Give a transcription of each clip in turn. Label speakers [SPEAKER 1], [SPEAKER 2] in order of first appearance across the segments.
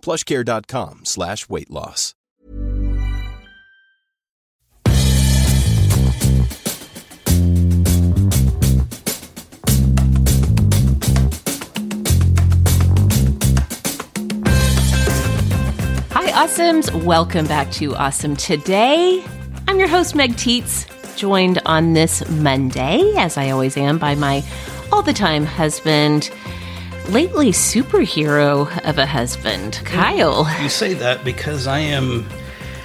[SPEAKER 1] plushcare.com slash weight loss.
[SPEAKER 2] Hi, Awesomes. Welcome back to Awesome Today. I'm your host, Meg Teets, joined on this Monday, as I always am, by my all the time husband, lately superhero of a husband, Kyle.
[SPEAKER 3] You say that because I am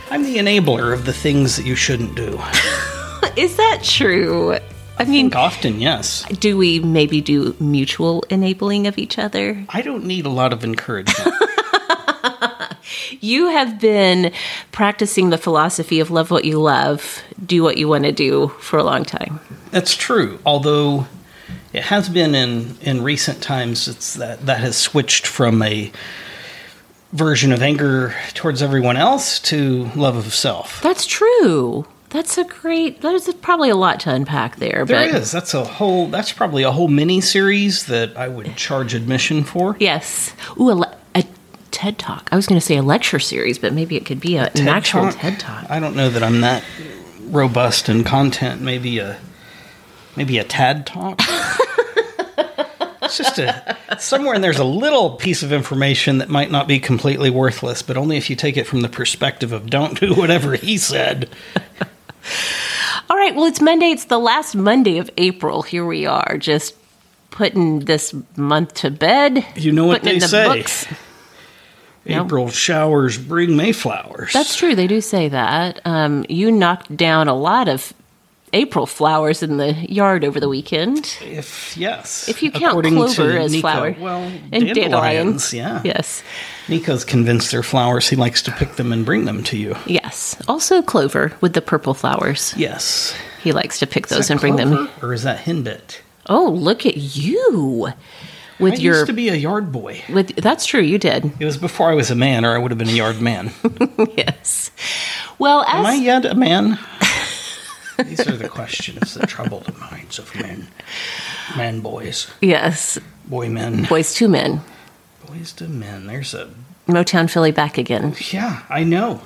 [SPEAKER 3] I'm the enabler of the things that you shouldn't do.
[SPEAKER 2] Is that true? I mean,
[SPEAKER 3] Often, yes.
[SPEAKER 2] do we maybe do mutual enabling of each other?
[SPEAKER 3] I don't need a lot of encouragement.
[SPEAKER 2] You have been practicing the philosophy of love what you love, do what you want to do for a long time.
[SPEAKER 3] That's true. Although it has been in in recent times it's that that has switched from a version of anger towards everyone else to love of self.
[SPEAKER 2] That's true. That's a great. There's probably a lot to unpack there.
[SPEAKER 3] There
[SPEAKER 2] but
[SPEAKER 3] is. That's a whole that's probably a whole mini series that I would charge admission for.
[SPEAKER 2] Yes. Ooh, a, le- a TED Talk. I was going to say a lecture series, but maybe it could be a, an
[SPEAKER 3] TED
[SPEAKER 2] actual TED Talk.
[SPEAKER 3] I don't know that I'm that robust in content. Maybe a maybe a TAD talk. it's just a somewhere in there's a little piece of information that might not be completely worthless, but only if you take it from the perspective of don't do whatever he said.
[SPEAKER 2] All right. Well, it's Monday. It's the last Monday of April. Here we are, just putting this month to bed.
[SPEAKER 3] You know what
[SPEAKER 2] putting
[SPEAKER 3] they
[SPEAKER 2] in the
[SPEAKER 3] say.
[SPEAKER 2] Books. No.
[SPEAKER 3] April showers bring Mayflowers.
[SPEAKER 2] That's true. They do say that. Um, you knocked down a lot of April flowers in the yard over the weekend.
[SPEAKER 3] if yes.
[SPEAKER 2] If you count
[SPEAKER 3] according to
[SPEAKER 2] clover as
[SPEAKER 3] Nico.
[SPEAKER 2] flower,
[SPEAKER 3] Well,
[SPEAKER 2] and
[SPEAKER 3] dandelions,
[SPEAKER 2] dandelions,
[SPEAKER 3] yeah.
[SPEAKER 2] yes,
[SPEAKER 3] Nico's convinced they're flowers. He likes to pick them and bring them to you.
[SPEAKER 2] yes. Also clover with the purple flowers.
[SPEAKER 3] Yes.
[SPEAKER 2] He likes to pick
[SPEAKER 3] Is
[SPEAKER 2] those
[SPEAKER 3] that
[SPEAKER 2] and bring them.
[SPEAKER 3] clover, Or is that henbit?
[SPEAKER 2] Oh, look at you with
[SPEAKER 3] I
[SPEAKER 2] your
[SPEAKER 3] used to be a yard boy.
[SPEAKER 2] with. That's true. You did.
[SPEAKER 3] It was before I was a man, or I would have been a yard man.
[SPEAKER 2] Yes. Well,
[SPEAKER 3] Am I
[SPEAKER 2] as
[SPEAKER 3] yet a man? These are the questions that trouble the minds of men. Man boys.
[SPEAKER 2] yes,
[SPEAKER 3] Boy men.
[SPEAKER 2] boys two men.
[SPEAKER 3] Boys to men. There's a.
[SPEAKER 2] Motown Philly back again.
[SPEAKER 3] Yeah, I know.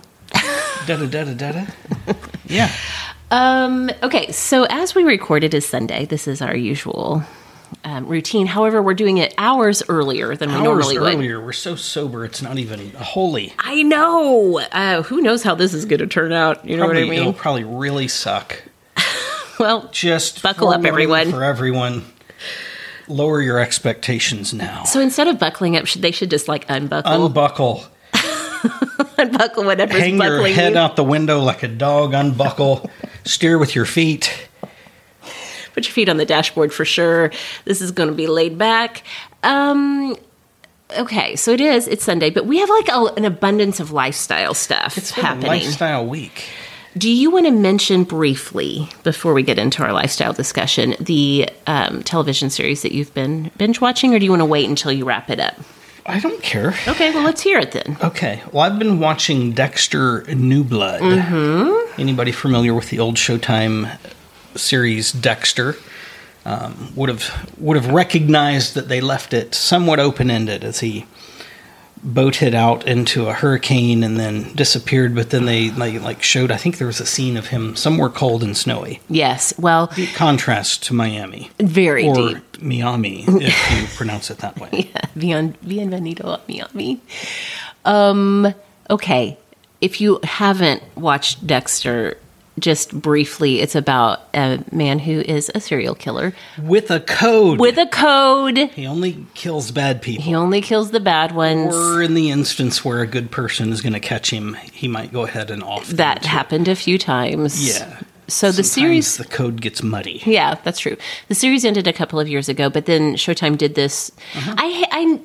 [SPEAKER 3] da da da da da da. Yeah.
[SPEAKER 2] Um, okay, so as we recorded is Sunday. This is our usual um, routine. However, we're doing it hours earlier than we
[SPEAKER 3] Hours
[SPEAKER 2] normally would.
[SPEAKER 3] earlier, we're so sober, it's not even holy.
[SPEAKER 2] I know. Uh, who knows how this is going to turn out? You know
[SPEAKER 3] Probably,
[SPEAKER 2] what I
[SPEAKER 3] It'll
[SPEAKER 2] mean?
[SPEAKER 3] probably really suck.
[SPEAKER 2] Well,
[SPEAKER 3] Just
[SPEAKER 2] Buckle up,
[SPEAKER 3] forewarning
[SPEAKER 2] everyone.
[SPEAKER 3] For everyone, lower your expectations now.
[SPEAKER 2] so instead of buckling up, should, they should just like unbuckle,
[SPEAKER 3] Unbuckle.
[SPEAKER 2] unbuckle whatever's
[SPEAKER 3] hang your
[SPEAKER 2] buckling
[SPEAKER 3] head
[SPEAKER 2] you.
[SPEAKER 3] out the window like a dog, unbuckle, steer with your feet.
[SPEAKER 2] Put your feet on the dashboard for sure. This is going to be laid back. Um, okay, so it is. It's Sunday, but we have like a, an abundance of lifestyle stuff
[SPEAKER 3] It's been a
[SPEAKER 2] happening.
[SPEAKER 3] lifestyle week.
[SPEAKER 2] Do you want to mention briefly before we get into our lifestyle discussion the um, television series that you've been binge watching, or do you want to wait until you wrap it up?
[SPEAKER 3] I don't care.
[SPEAKER 2] Okay, well, let's hear it then.
[SPEAKER 3] Okay. Well, I've been watching Dexter New Blood. Mm-hmm. Anybody familiar with the old Showtime series Dexter um, would have would have recognized that they left it somewhat open ended as he boated out into a hurricane and then disappeared. But then they like, like showed. I think there was a scene of him somewhere cold and snowy.
[SPEAKER 2] Yes. Well,
[SPEAKER 3] Deep contrast to Miami
[SPEAKER 2] very
[SPEAKER 3] or
[SPEAKER 2] deep.
[SPEAKER 3] Miami, if you pronounce it that way.
[SPEAKER 2] Bien, bienvenido a Miami. Um, okay, if you haven't watched Dexter, just briefly, it's about a man who is a serial killer
[SPEAKER 3] With a code.
[SPEAKER 2] with a code.
[SPEAKER 3] he only kills bad people.
[SPEAKER 2] He only kills the bad ones.
[SPEAKER 3] or in the instance where a good person is going to catch him, he might go ahead and off. them
[SPEAKER 2] that
[SPEAKER 3] too.
[SPEAKER 2] happened a few times.
[SPEAKER 3] Yeah.
[SPEAKER 2] So the
[SPEAKER 3] Sometimes
[SPEAKER 2] series
[SPEAKER 3] the code gets muddy.
[SPEAKER 2] Yeah, that's true. The series ended a couple of years ago, but then Showtime did this.
[SPEAKER 3] Uh-huh.
[SPEAKER 2] I I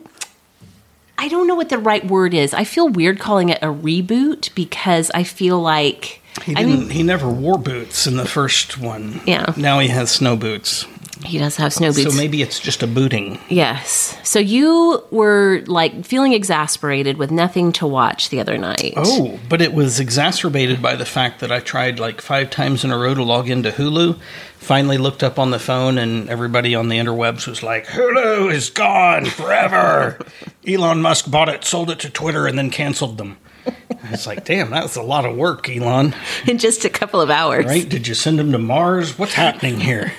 [SPEAKER 2] I don't know what the right word is. I feel weird calling it a reboot because I feel like
[SPEAKER 3] He
[SPEAKER 2] I
[SPEAKER 3] didn't.
[SPEAKER 2] mean
[SPEAKER 3] he never wore boots in the first one.
[SPEAKER 2] Yeah.
[SPEAKER 3] Now he has snow boots.
[SPEAKER 2] he does have snow boots.
[SPEAKER 3] So maybe it's just a booting.
[SPEAKER 2] yes. So you were like feeling exasperated with nothing to watch the other night.
[SPEAKER 3] Oh, but it was exacerbated by the fact that I tried like five times in a row to log into Hulu. Finally, looked up on the phone, and everybody on the interwebs was like, "Hulu is gone forever." Elon Musk bought it, sold it to Twitter, and then canceled them. It's like, damn, that was a lot of work, Elon.
[SPEAKER 2] in just a couple of hours.
[SPEAKER 3] Right? Did you send him to Mars? What's happening here?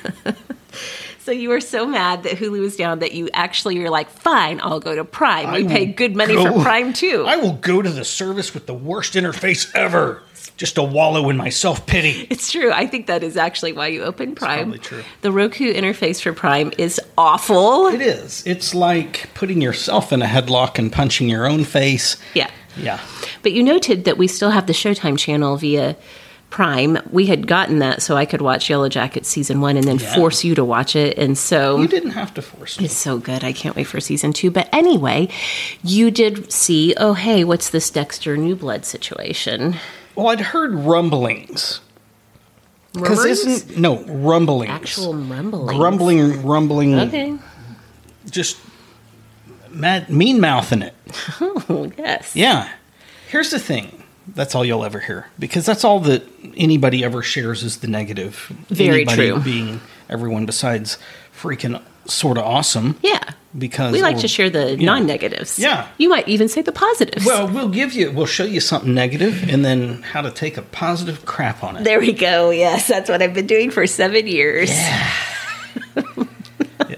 [SPEAKER 2] So you were so mad that Hulu was down that you actually were like, "Fine, I'll go to Prime.
[SPEAKER 3] I
[SPEAKER 2] We pay
[SPEAKER 3] will
[SPEAKER 2] good money
[SPEAKER 3] go-
[SPEAKER 2] for Prime too."
[SPEAKER 3] I will go to the service with the worst interface ever, just to wallow in my self pity.
[SPEAKER 2] It's true. I think that is actually why you open Prime.
[SPEAKER 3] probably true.
[SPEAKER 2] The Roku interface for Prime is awful.
[SPEAKER 3] It is. It's like putting yourself in a headlock and punching your own face.
[SPEAKER 2] Yeah.
[SPEAKER 3] Yeah.
[SPEAKER 2] But you noted that we still have the Showtime channel via Prime. We had gotten that so I could watch Yellow Jacket season one and then
[SPEAKER 3] Yeah.
[SPEAKER 2] force you to watch it. And so
[SPEAKER 3] You didn't have to force me.
[SPEAKER 2] it's so good. I can't wait for season two. But anyway, you did see, oh, hey, what's this Dexter New Blood situation?
[SPEAKER 3] Well, I'd heard rumblings. Because
[SPEAKER 2] Rumblings?
[SPEAKER 3] isn't no rumblings
[SPEAKER 2] Actual rumblings.
[SPEAKER 3] grumbling rumbling
[SPEAKER 2] Okay.
[SPEAKER 3] just mad mean mouthing it.
[SPEAKER 2] Oh, yes.
[SPEAKER 3] Yeah. Here's the thing. That's all you'll ever hear because that's all that anybody ever shares is the negative.
[SPEAKER 2] Very
[SPEAKER 3] Anybody
[SPEAKER 2] true.
[SPEAKER 3] Being everyone besides freaking sort of awesome.
[SPEAKER 2] Yeah.
[SPEAKER 3] Because
[SPEAKER 2] We like
[SPEAKER 3] or-
[SPEAKER 2] to share the
[SPEAKER 3] yeah.
[SPEAKER 2] non negatives.
[SPEAKER 3] Yeah.
[SPEAKER 2] You might even say the positives.
[SPEAKER 3] Well, we'll give you. We'll show you something negative, and then how to take a positive crap on it.
[SPEAKER 2] There we go. Yes, that's what I've been doing for seven years.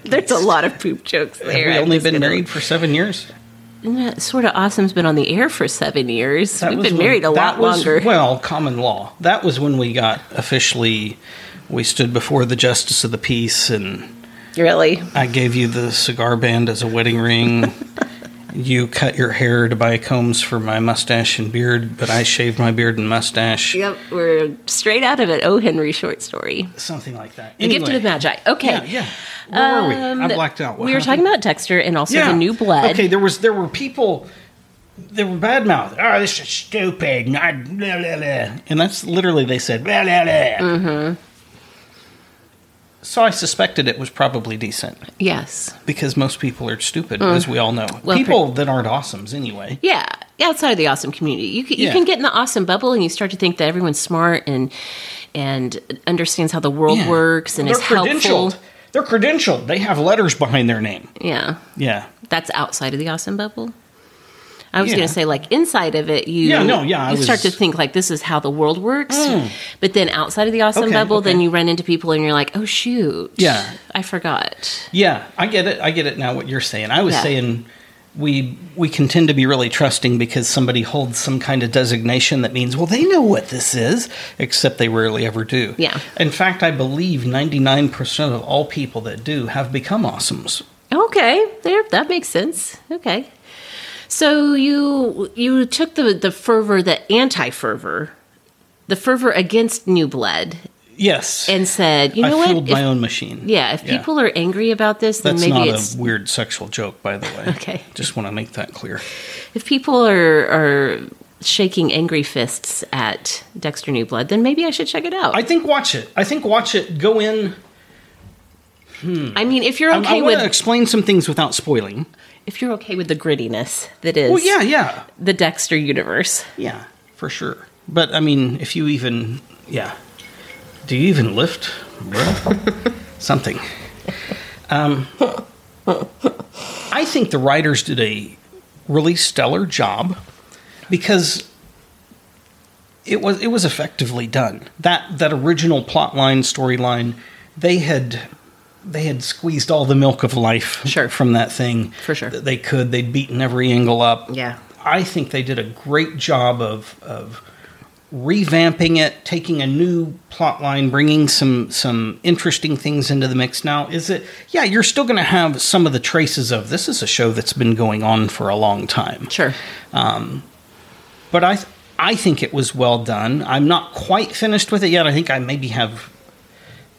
[SPEAKER 2] There's a lot of poop jokes there. I'm
[SPEAKER 3] Have we only
[SPEAKER 2] just
[SPEAKER 3] been
[SPEAKER 2] gonna-
[SPEAKER 3] married for seven years.
[SPEAKER 2] Isn't that sort of awesome's been on the air for seven years.
[SPEAKER 3] That
[SPEAKER 2] We've
[SPEAKER 3] was
[SPEAKER 2] been
[SPEAKER 3] when-
[SPEAKER 2] married a
[SPEAKER 3] that
[SPEAKER 2] lot
[SPEAKER 3] was-
[SPEAKER 2] longer.
[SPEAKER 3] Well, common law. That was when we got officially. We stood before the justice of the peace, and
[SPEAKER 2] really?
[SPEAKER 3] I gave you the cigar band as a wedding ring. you cut your hair to buy combs for my mustache and beard, but I shaved my beard and mustache.
[SPEAKER 2] Yep. We're straight out of an O. Henry short story.
[SPEAKER 3] Something like that.
[SPEAKER 2] The Gift of the
[SPEAKER 3] Anyway.
[SPEAKER 2] Magi. Okay. Um,
[SPEAKER 3] Yeah, yeah. Where were we? I blacked out. What
[SPEAKER 2] we were
[SPEAKER 3] happened?
[SPEAKER 2] talking about Dexter and also the new blood.
[SPEAKER 3] Okay, there was there were people they were bad mouthed. Oh, this is stupid. Not blah, blah, blah." And that's literally they said blah, blah, blah. Mm-hmm. So I suspected it was probably decent
[SPEAKER 2] Yes.
[SPEAKER 3] because most people are stupid, as we all know.
[SPEAKER 2] Mm. Well,
[SPEAKER 3] people that aren't awesomes anyway.
[SPEAKER 2] Yeah, outside of the awesome community, you can, you
[SPEAKER 3] Yeah.
[SPEAKER 2] can get in the awesome bubble, and you start to think that everyone's smart and and understands how the world
[SPEAKER 3] Yeah.
[SPEAKER 2] works and
[SPEAKER 3] They're
[SPEAKER 2] is helpful.
[SPEAKER 3] credentialed. They're credentialed. They have letters behind their name.
[SPEAKER 2] Yeah,
[SPEAKER 3] Yeah.
[SPEAKER 2] that's outside of the awesome bubble. I was
[SPEAKER 3] Yeah.
[SPEAKER 2] going to say, like inside of it, you
[SPEAKER 3] Yeah, no, yeah, I
[SPEAKER 2] you start to
[SPEAKER 3] was- Hmm.
[SPEAKER 2] think like this is how the world works. But then outside of the awesome
[SPEAKER 3] Okay,
[SPEAKER 2] bubble, then
[SPEAKER 3] okay.
[SPEAKER 2] you run into people, and you're like, oh shoot,
[SPEAKER 3] Yeah.
[SPEAKER 2] I forgot.
[SPEAKER 3] Yeah, I get it. I get it now. What you're saying. I was
[SPEAKER 2] Yeah.
[SPEAKER 3] saying we we can tend to be really trusting because somebody holds some kind of designation that means well they know what this is, except they rarely ever do.
[SPEAKER 2] Yeah.
[SPEAKER 3] In fact, I believe 99 percent of all people that do have become awesomes.
[SPEAKER 2] Okay, there that makes sense. Okay. So you you took the the fervor, the anti-fervor, the fervor against new blood
[SPEAKER 3] Yes.
[SPEAKER 2] and said, you know
[SPEAKER 3] I
[SPEAKER 2] what?
[SPEAKER 3] fueled
[SPEAKER 2] If-
[SPEAKER 3] my own machine.
[SPEAKER 2] yeah, if people are angry about this, then
[SPEAKER 3] That's
[SPEAKER 2] maybe
[SPEAKER 3] not
[SPEAKER 2] it's
[SPEAKER 3] a weird sexual joke, by the way.
[SPEAKER 2] Okay.
[SPEAKER 3] Just want to make that clear.
[SPEAKER 2] if people are are shaking angry fists at Dexter New Blood, then maybe I should check it out.
[SPEAKER 3] I
[SPEAKER 2] I,
[SPEAKER 3] think watch it. I think watch it. Go in.
[SPEAKER 2] mean, if you're
[SPEAKER 3] I- I
[SPEAKER 2] okay
[SPEAKER 3] want
[SPEAKER 2] with
[SPEAKER 3] to explain some things without spoiling.
[SPEAKER 2] if you're okay with the grittiness that is
[SPEAKER 3] Well, yeah, yeah,
[SPEAKER 2] the Dexter universe.
[SPEAKER 3] yeah, for sure. But I mean, if you even, yeah, do you even lift, bruh? Something. Um, I think the writers did a really stellar job because it was it was effectively done. That that original plot line storyline, they had they had squeezed all the milk of life
[SPEAKER 2] Sure.
[SPEAKER 3] from that thing
[SPEAKER 2] For sure.
[SPEAKER 3] that they could. They'd beaten every angle up.
[SPEAKER 2] Yeah.
[SPEAKER 3] I think they did a great job of of revamping it, taking a new plot line, bringing some some interesting things into the mix. Now, is it? Yeah, you're still going to have some of the traces of this is a show that's been going on for a long time.
[SPEAKER 2] Sure.
[SPEAKER 3] but I th- I think it was well done. I'm not quite finished with it yet. I think I maybe have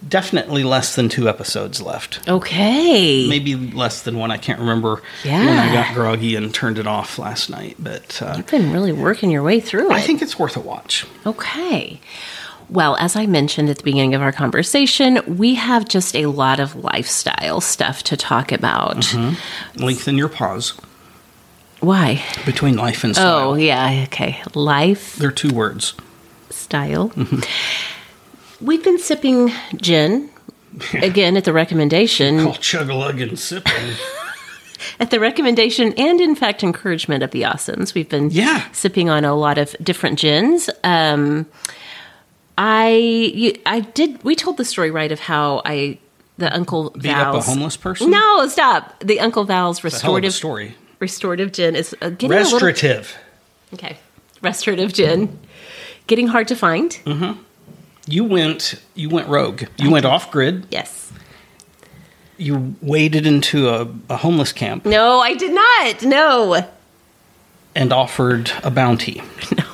[SPEAKER 3] definitely less than two episodes left.
[SPEAKER 2] Okay.
[SPEAKER 3] Maybe less than one. I can't remember when
[SPEAKER 2] Yeah.
[SPEAKER 3] I got groggy and turned it off last night. But uh,
[SPEAKER 2] You've been really working your way through it.
[SPEAKER 3] I think it's worth a watch.
[SPEAKER 2] Okay. Well, as I mentioned at the beginning of our conversation, we have just a lot of lifestyle stuff to talk about.
[SPEAKER 3] Mm-hmm. Lengthen your pause
[SPEAKER 2] Why?
[SPEAKER 3] between life and style.
[SPEAKER 2] Oh, yeah. Okay. Life
[SPEAKER 3] They're two words.
[SPEAKER 2] style. We've been sipping gin again at the recommendation,
[SPEAKER 3] Called chug a lug and sipping.
[SPEAKER 2] at the recommendation, and in fact, encouragement of the Awesomes. We've been
[SPEAKER 3] Yeah.
[SPEAKER 2] sipping on a lot of different gins. Um, I you, I did. We told the story right of how I the Uncle
[SPEAKER 3] Beat up
[SPEAKER 2] Val's
[SPEAKER 3] a homeless person?
[SPEAKER 2] No, stop. The Uncle Val's
[SPEAKER 3] It's a hell of a
[SPEAKER 2] restorative
[SPEAKER 3] story.
[SPEAKER 2] restorative gin is uh, getting a little
[SPEAKER 3] Restorative.
[SPEAKER 2] okay. Restorative gin, getting hard to find.
[SPEAKER 3] Mm. You went. You went rogue. You went off grid.
[SPEAKER 2] Yes.
[SPEAKER 3] You waded into a, a homeless camp
[SPEAKER 2] No, I did not. No.
[SPEAKER 3] and offered a bounty.
[SPEAKER 2] No.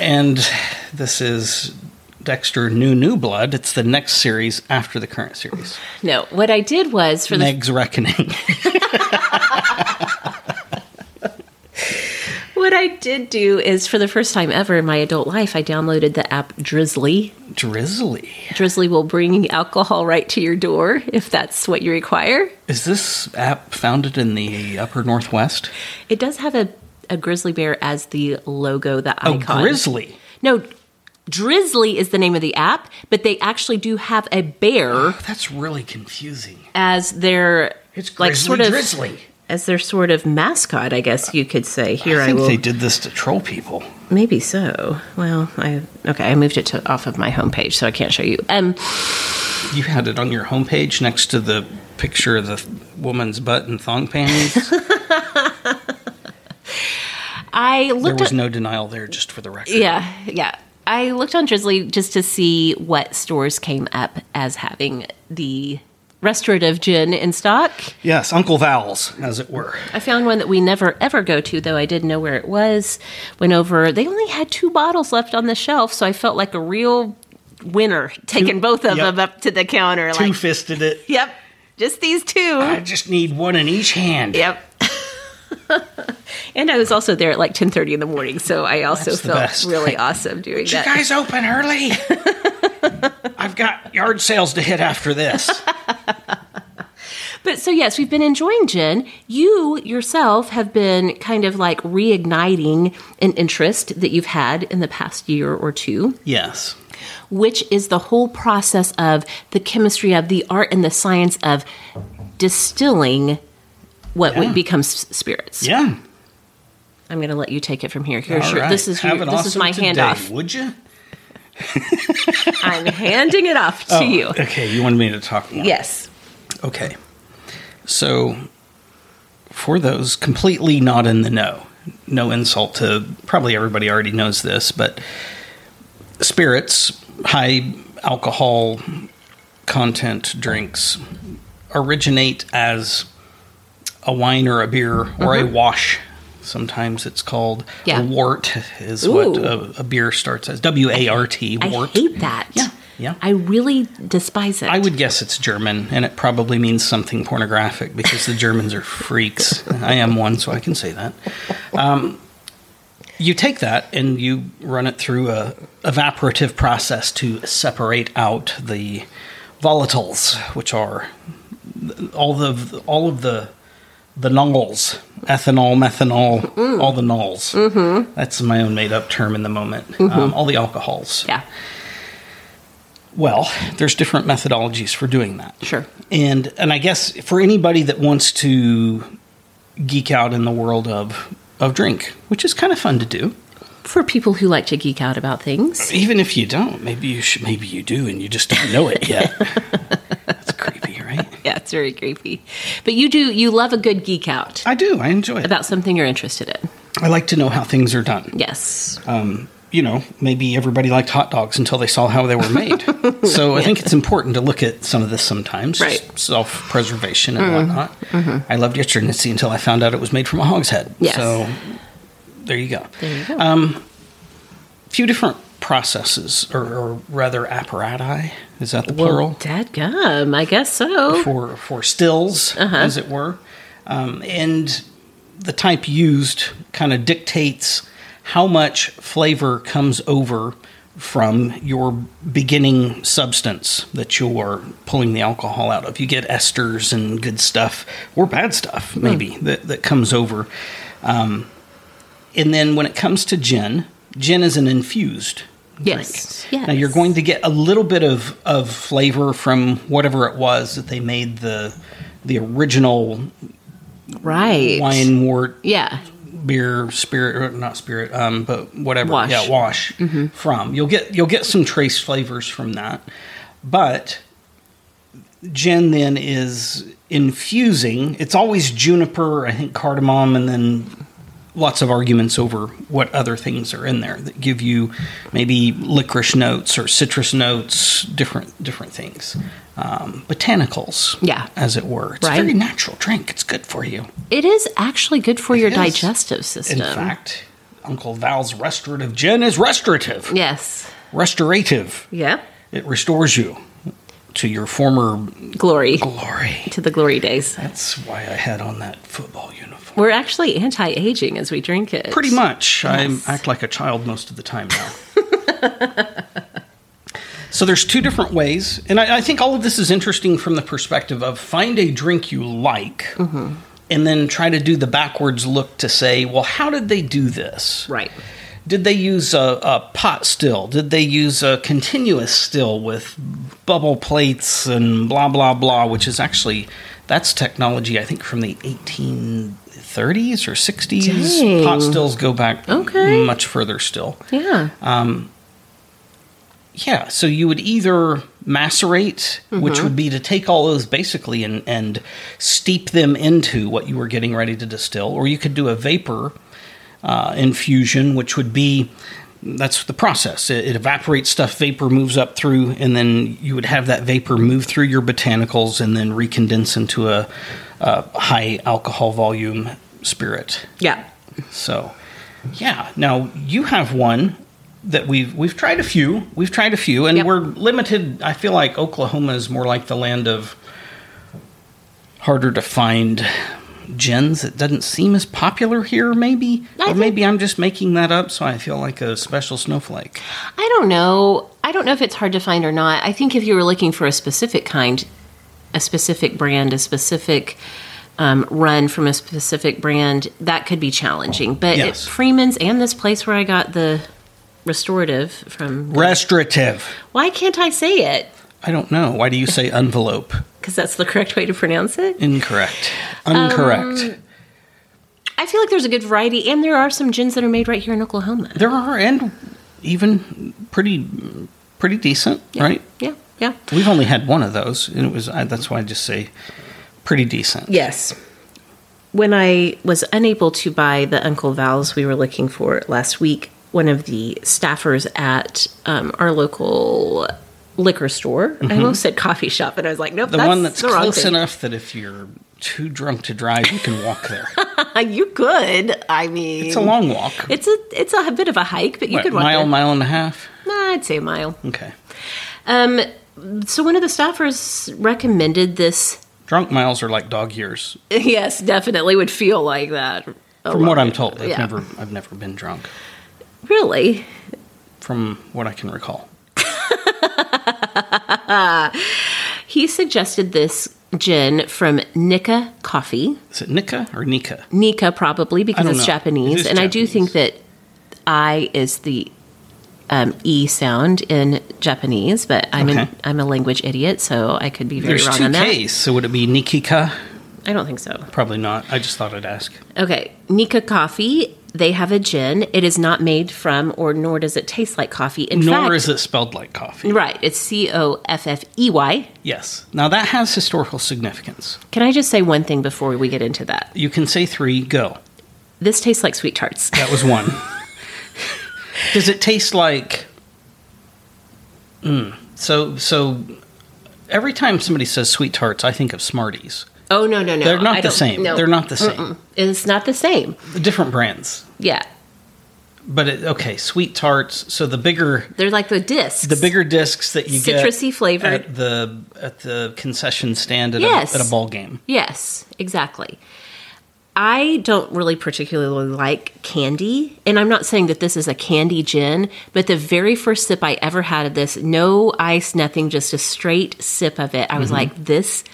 [SPEAKER 3] And this is Dexter New New Blood. It's the next series after the current series.
[SPEAKER 2] No. What I did was for the
[SPEAKER 3] Meg's Reckoning.
[SPEAKER 2] what I did do is for the first time ever in my adult life, I downloaded the app Drizzly.
[SPEAKER 3] Drizzly.
[SPEAKER 2] Drizzly will bring alcohol right to your door if that's what you require.
[SPEAKER 3] Is this app founded in the upper northwest?
[SPEAKER 2] It does have a, a grizzly bear as the logo, the
[SPEAKER 3] Oh,
[SPEAKER 2] icon.
[SPEAKER 3] Grizzly.
[SPEAKER 2] No, Drizzly is the name of the app, but they actually do have a bear
[SPEAKER 3] That's really confusing.
[SPEAKER 2] as their
[SPEAKER 3] It's
[SPEAKER 2] like
[SPEAKER 3] Grizzly
[SPEAKER 2] sort of
[SPEAKER 3] Drizzly.
[SPEAKER 2] as their sort of mascot, I guess you could say. Here I,
[SPEAKER 3] I think
[SPEAKER 2] will
[SPEAKER 3] they did this to troll people.
[SPEAKER 2] Maybe so. Well, I okay. I moved it to off of my homepage, so I can't show you. Um,
[SPEAKER 3] You had it on your homepage next to the picture of the th- woman's butt and thong panties.
[SPEAKER 2] I
[SPEAKER 3] there
[SPEAKER 2] looked.
[SPEAKER 3] was
[SPEAKER 2] at
[SPEAKER 3] no denial there, just for the record.
[SPEAKER 2] yeah, yeah. I looked on Drizzly just to see what stores came up as having the restorative gin in stock.
[SPEAKER 3] Yes, Uncle Val's, as it were.
[SPEAKER 2] I found one that we never ever go to, though I did know where it was. Went over. They only had two bottles left on the shelf, so I felt like a real winner taking both of
[SPEAKER 3] yep.
[SPEAKER 2] them up to the counter.
[SPEAKER 3] Two
[SPEAKER 2] Like,
[SPEAKER 3] fisted it.
[SPEAKER 2] yep, just these two.
[SPEAKER 3] I just need one in each hand.
[SPEAKER 2] Yep. and I was also there at like 10:30 in the morning, so I also
[SPEAKER 3] That's the
[SPEAKER 2] felt
[SPEAKER 3] best.
[SPEAKER 2] really awesome doing
[SPEAKER 3] Did
[SPEAKER 2] that.
[SPEAKER 3] you guys open early? I've got yard sales to hit after this.
[SPEAKER 2] but so yes, we've been enjoying gin. You yourself have been kind of like reigniting an interest that you've had in the past year or two,
[SPEAKER 3] yes.
[SPEAKER 2] which is the whole process of the chemistry of the art and the science of distilling what
[SPEAKER 3] Yeah.
[SPEAKER 2] would becomes spirits.
[SPEAKER 3] Yeah.
[SPEAKER 2] I'm going to let you take it from here. Here's
[SPEAKER 3] All
[SPEAKER 2] your,
[SPEAKER 3] right.
[SPEAKER 2] this is your,
[SPEAKER 3] Have
[SPEAKER 2] this
[SPEAKER 3] an
[SPEAKER 2] is
[SPEAKER 3] awesome
[SPEAKER 2] my
[SPEAKER 3] today,
[SPEAKER 2] handoff.
[SPEAKER 3] Would you?
[SPEAKER 2] I'm handing it off
[SPEAKER 3] Oh.
[SPEAKER 2] to you.
[SPEAKER 3] Okay, you wanted me to talk more.
[SPEAKER 2] Yes.
[SPEAKER 3] Okay. So, for those completely not in the know, no insult to probably everybody already knows this, but spirits, high alcohol content drinks originate as a wine or a beer or a wash. Sometimes it's called
[SPEAKER 2] Mm-hmm. Yeah.
[SPEAKER 3] a wart is what
[SPEAKER 2] Ooh.
[SPEAKER 3] a, a beer starts as W A R T
[SPEAKER 2] I
[SPEAKER 3] wart.
[SPEAKER 2] hate that.
[SPEAKER 3] Yeah, yeah.
[SPEAKER 2] I really despise it.
[SPEAKER 3] I would guess it's German, and it probably means something pornographic because the Germans are freaks. I am one, so I can say that. Um, you take that and you run it through a evaporative process to separate out the volatiles, which are all the all of the the nulls, ethanol, methanol, all the nulls. Mm-hmm. That's my own made up term in the moment. Um, all the alcohols.
[SPEAKER 2] Yeah.
[SPEAKER 3] Well, there's different methodologies for doing that.
[SPEAKER 2] Sure.
[SPEAKER 3] And and I guess for anybody that wants to geek out in the world of of drink, which is kind of fun to do,
[SPEAKER 2] For people who like to geek out about things.
[SPEAKER 3] even if you don't, maybe you should, maybe you do, and you just don't know it yet. That's creepy, right?
[SPEAKER 2] Yeah, it's very creepy. But you do, you love a good geek out
[SPEAKER 3] I do. I enjoy it.
[SPEAKER 2] about something you're interested in.
[SPEAKER 3] I like to know how things are done.
[SPEAKER 2] Yes.
[SPEAKER 3] you know, maybe everybody liked hot dogs until they saw how they were made. so I think it's important to look at some of this sometimes,
[SPEAKER 2] Right.
[SPEAKER 3] self preservation and whatnot. I loved eternity until I found out it was made from a hogshead.
[SPEAKER 2] Yes.
[SPEAKER 3] So there you go. There you go. Um, few different processes, or, or rather apparati, is that the plural?
[SPEAKER 2] Dadgum, I guess so.
[SPEAKER 3] for for stills, as it were, um, and the type used kind of dictates how much flavor comes over from your beginning substance that you're pulling the alcohol out of. You get esters and good stuff, or bad stuff, maybe that that comes over. Um, and then when it comes to gin, gin is an infused
[SPEAKER 2] Yes.
[SPEAKER 3] drink.
[SPEAKER 2] Yes.
[SPEAKER 3] Now you're going to get a little bit of, of flavor from whatever it was that they made the the original
[SPEAKER 2] right.
[SPEAKER 3] wine wort
[SPEAKER 2] Yeah.
[SPEAKER 3] beer spirit or not spirit um but whatever
[SPEAKER 2] Wash. Mm-hmm.
[SPEAKER 3] yeah wash from. You'll get you'll get some trace flavors from that. But gin then is infusing. It's always juniper, I think cardamom and then lots of arguments over what other things are in there that give you maybe licorice notes or citrus notes, different different things, um, botanicals,
[SPEAKER 2] Yeah.
[SPEAKER 3] as it were. It's
[SPEAKER 2] Right.
[SPEAKER 3] a very natural drink. It's good for you.
[SPEAKER 2] It is actually good for your
[SPEAKER 3] is.
[SPEAKER 2] digestive system.
[SPEAKER 3] In fact, Uncle Val's restorative gin is restorative,
[SPEAKER 2] Yes.
[SPEAKER 3] restorative.
[SPEAKER 2] Yep.
[SPEAKER 3] It restores you to your former
[SPEAKER 2] Glory.
[SPEAKER 3] glory.
[SPEAKER 2] To the glory days.
[SPEAKER 3] That's why I had on that football uniform.
[SPEAKER 2] We're actually anti aging as we drink it.
[SPEAKER 3] Pretty much.
[SPEAKER 2] Yes.
[SPEAKER 3] I act like a child most of the time now. so there's two different ways. And I, I think all of this is interesting from the perspective of find a drink you like and then try to do the backwards look to say, well, how did they do this?
[SPEAKER 2] Right.
[SPEAKER 3] Did they use a, a pot still? Did they use a continuous still with bubble plates and blah blah blah? Which is actually that's technology I think from the 1830s or 60s.
[SPEAKER 2] Dang.
[SPEAKER 3] Pot stills go back
[SPEAKER 2] Okay.
[SPEAKER 3] much further still.
[SPEAKER 2] Yeah.
[SPEAKER 3] Yeah, so you would either macerate, which would be to take all those basically and, and steep them into what you were getting ready to distill, or you could do a vapor uh, infusion, which would be that's the process. It, it evaporates stuff, vapor moves up through, and then you would have that vapor move through your botanicals and then recondense into a, a high alcohol volume spirit.
[SPEAKER 2] yeah.
[SPEAKER 3] So, yeah. Now you have one that we've we've tried a few. We've tried a few, and
[SPEAKER 2] Yep.
[SPEAKER 3] we're limited. I feel like Oklahoma is more like the land of harder to find gins. It doesn't seem as popular here, maybe,
[SPEAKER 2] I
[SPEAKER 3] or
[SPEAKER 2] think-
[SPEAKER 3] maybe I'm just making that up. So I feel like a special snowflake.
[SPEAKER 2] I don't know. I don't know if it's hard to find or not. I think if you were looking for a specific kind, a specific brand, a specific um, run from a specific brand, that could be challenging. But
[SPEAKER 3] Yes.
[SPEAKER 2] at Freeman's and this place where I got the restorative from,
[SPEAKER 3] Restorative.
[SPEAKER 2] why can't I say it?
[SPEAKER 3] I don't know. Why do you say envelope?
[SPEAKER 2] Because that's the correct way to pronounce it.
[SPEAKER 3] Incorrect.
[SPEAKER 2] Um,
[SPEAKER 3] Incorrect.
[SPEAKER 2] I feel like there's a good variety, and there are some gins that are made right here in Oklahoma.
[SPEAKER 3] there are, and even pretty, pretty decent, right?
[SPEAKER 2] Yeah, yeah.
[SPEAKER 3] We've only had one of those, and it was I, that's why I just say pretty decent.
[SPEAKER 2] Yes. When I was unable to buy the Uncle Val's we were looking for last week, one of the staffers at um, our local liquor store, I almost said coffee shop, and I was like, nope,
[SPEAKER 3] Mm-hmm. The
[SPEAKER 2] that's
[SPEAKER 3] one that's
[SPEAKER 2] the wrong
[SPEAKER 3] close
[SPEAKER 2] thing.
[SPEAKER 3] enough that if you're too drunk to drive, you can walk there.
[SPEAKER 2] you could. I mean,
[SPEAKER 3] it's a long walk.
[SPEAKER 2] It's a it's a bit of a hike, but you
[SPEAKER 3] What,
[SPEAKER 2] could walk
[SPEAKER 3] mile,
[SPEAKER 2] there.
[SPEAKER 3] mile and a half.
[SPEAKER 2] Nah, I'd say a mile.
[SPEAKER 3] Okay,
[SPEAKER 2] Um, so one of the staffers recommended this.
[SPEAKER 3] drunk miles are like dog years,
[SPEAKER 2] Yes, definitely would feel like that. a
[SPEAKER 3] from
[SPEAKER 2] lot.
[SPEAKER 3] what I'm told. I've
[SPEAKER 2] Yeah.
[SPEAKER 3] never, I've never been drunk,
[SPEAKER 2] really.
[SPEAKER 3] from what I can recall.
[SPEAKER 2] He suggested this gin from Nika coffee.
[SPEAKER 3] Is it Nika or Nika?
[SPEAKER 2] Nika probably because
[SPEAKER 3] don't
[SPEAKER 2] it's
[SPEAKER 3] know.
[SPEAKER 2] Japanese,
[SPEAKER 3] It is
[SPEAKER 2] and I do
[SPEAKER 3] Japanese.
[SPEAKER 2] think that I is the um, e sound in Japanese, but I'm
[SPEAKER 3] Okay.
[SPEAKER 2] an, I'm a language idiot, so I could be very
[SPEAKER 3] There's
[SPEAKER 2] wrong
[SPEAKER 3] two
[SPEAKER 2] on that.
[SPEAKER 3] K's, so would it be Nikika?
[SPEAKER 2] I don't think so.
[SPEAKER 3] Probably not. I just thought I'd ask.
[SPEAKER 2] Okay, Nika coffee. They have a gin. It is not made from, or nor does it taste like coffee. In
[SPEAKER 3] Nor
[SPEAKER 2] fact,
[SPEAKER 3] is it spelled like coffee.
[SPEAKER 2] right. It's C O F F E Y.
[SPEAKER 3] Yes. Now that has historical significance.
[SPEAKER 2] Can I just say one thing before we get into that?
[SPEAKER 3] You can say three, go.
[SPEAKER 2] This tastes like sweet tarts.
[SPEAKER 3] That was one. Does it taste like? Mm. So so, every time somebody says sweet tarts, I think of Smarties.
[SPEAKER 2] Oh no no no!
[SPEAKER 3] They're not
[SPEAKER 2] I
[SPEAKER 3] the
[SPEAKER 2] don't-
[SPEAKER 3] same. They're not the same.
[SPEAKER 2] It's not the same.
[SPEAKER 3] Different brands,
[SPEAKER 2] Yeah,
[SPEAKER 3] but it, okay, sweet tarts. So the bigger
[SPEAKER 2] they're like the discs.
[SPEAKER 3] the bigger discs that you get
[SPEAKER 2] Citrusy flavored.
[SPEAKER 3] at the at the concession stand at,
[SPEAKER 2] Yes.
[SPEAKER 3] a, at a ball game.
[SPEAKER 2] Yes, exactly. I don't really particularly like candy, and I'm not saying that this is a candy gin, but the very first sip I ever had of this, no ice, nothing, just a straight sip of it, I
[SPEAKER 3] Mm-hmm.
[SPEAKER 2] was like, this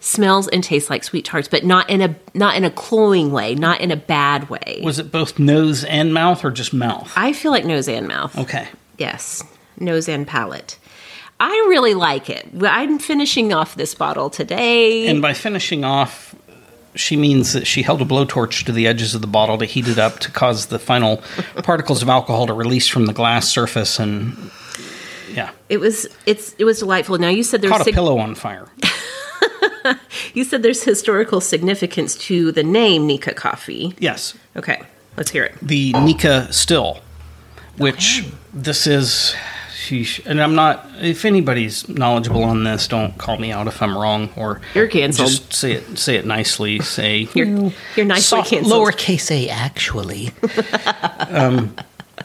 [SPEAKER 2] smells and tastes like sweet tarts, but not in a not in a cloying way, not in a bad way.
[SPEAKER 3] Was it both nose and mouth, or just mouth?
[SPEAKER 2] I feel like nose and mouth.
[SPEAKER 3] Okay.
[SPEAKER 2] Yes, nose and palate. I really like it. I'm finishing off this bottle today.
[SPEAKER 3] And by finishing off, she means that she held a blowtorch to the edges of the bottle to heat it up to cause the final particles of alcohol to release from the glass surface and yeah,
[SPEAKER 2] it was it's it was delightful. Now you said there's
[SPEAKER 3] caught a
[SPEAKER 2] sig-
[SPEAKER 3] pillow on fire.
[SPEAKER 2] you said there's historical significance to the name Nika Coffee.
[SPEAKER 3] Yes,
[SPEAKER 2] Okay, let's hear it.
[SPEAKER 3] the Nika still, which this is. Sheesh. And I'm not. If anybody's knowledgeable on this, don't call me out if I'm wrong or
[SPEAKER 2] You're canceled.
[SPEAKER 3] Just say it. Say it nicely. Say
[SPEAKER 2] You're- you're nicely canceled.
[SPEAKER 3] Lowercase a actually. um,